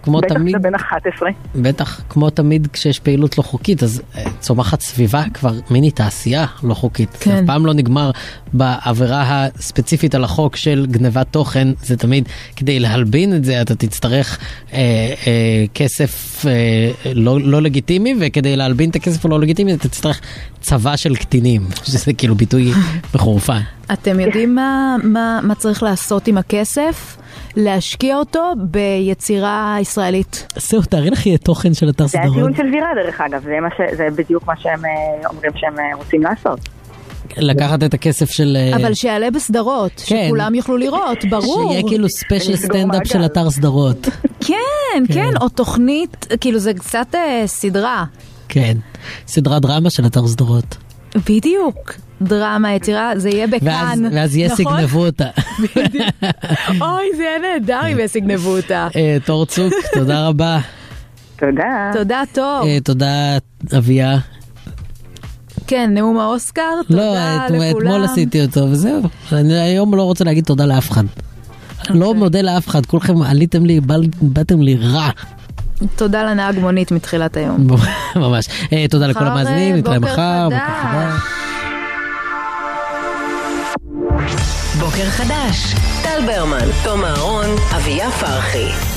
כמו
בטח
תמיד.
זה בין 11.
בטח, כמו תמיד כשיש פעילות לא חוקית, אז אה, צומחת סביבה כבר מיני תעשייה לא חוקית. כן. זה אף פעם לא נגמר בעבירה הספציפית על החוק של גנבת תוכן, זה תמיד, כדי להלבין את זה אתה תצטרך אה, אה, כסף אה, לא, לא לגיטימי, וכדי להלבין את הכסף הלא לגיטימי אתה תצטרך צבא של קטינים, שזה כאילו *laughs* ביטוי מחורפן.
אתם יודעים מה, מה, מה צריך לעשות עם הכסף? להשקיע אותו ביצירה ישראלית.
זהו, תארי לך יהיה תוכן של אתר
זה הדיון של זירה דרך אגב, זה, מה ש... זה בדיוק מה שהם אה, אומרים שהם אה, רוצים לעשות.
לקחת את הכסף של... אה,
אבל שיעלה בסדרות,
כן.
שכולם יוכלו לראות, ברור.
שיהיה כאילו ספיישל סטנדאפ של אתר סדרות.
כן, כן, או תוכנית, כאילו זה קצת אה, סדרה.
כן, סדרת דרמה של אתר סדרות.
כן. בדיוק. דרמה, יצירה, זה יהיה בכאן.
ואז, ואז יס
נכון?
יגנבו אותה.
*laughs* אוי, זה יהיה נהדר אם יס יגנבו אותה.
כן. אה, תור צוק, תודה רבה.
תודה.
תודה, טוב.
אה, תודה, אביה.
כן, נאום האוסקר,
לא,
תודה
אתמול- אתמול
לכולם.
עשיתי אותו וזהו. אני היום לא רוצה להגיד תודה לאף אחד.
אוקיי.
לא מודה לאף אחד, כולכם עליתם לי, בל- באתם לי רע. *laughs*
תודה לנהג מונית מתחילת היום.
ממש. אה, תודה לכל
מחר,
המאזינים,
אה,
נתראה
בוקר
מחר. בוקר
חדש.
חדש.
בוקר חדש, טל ברמן, תום אהרון, אביה פרחי.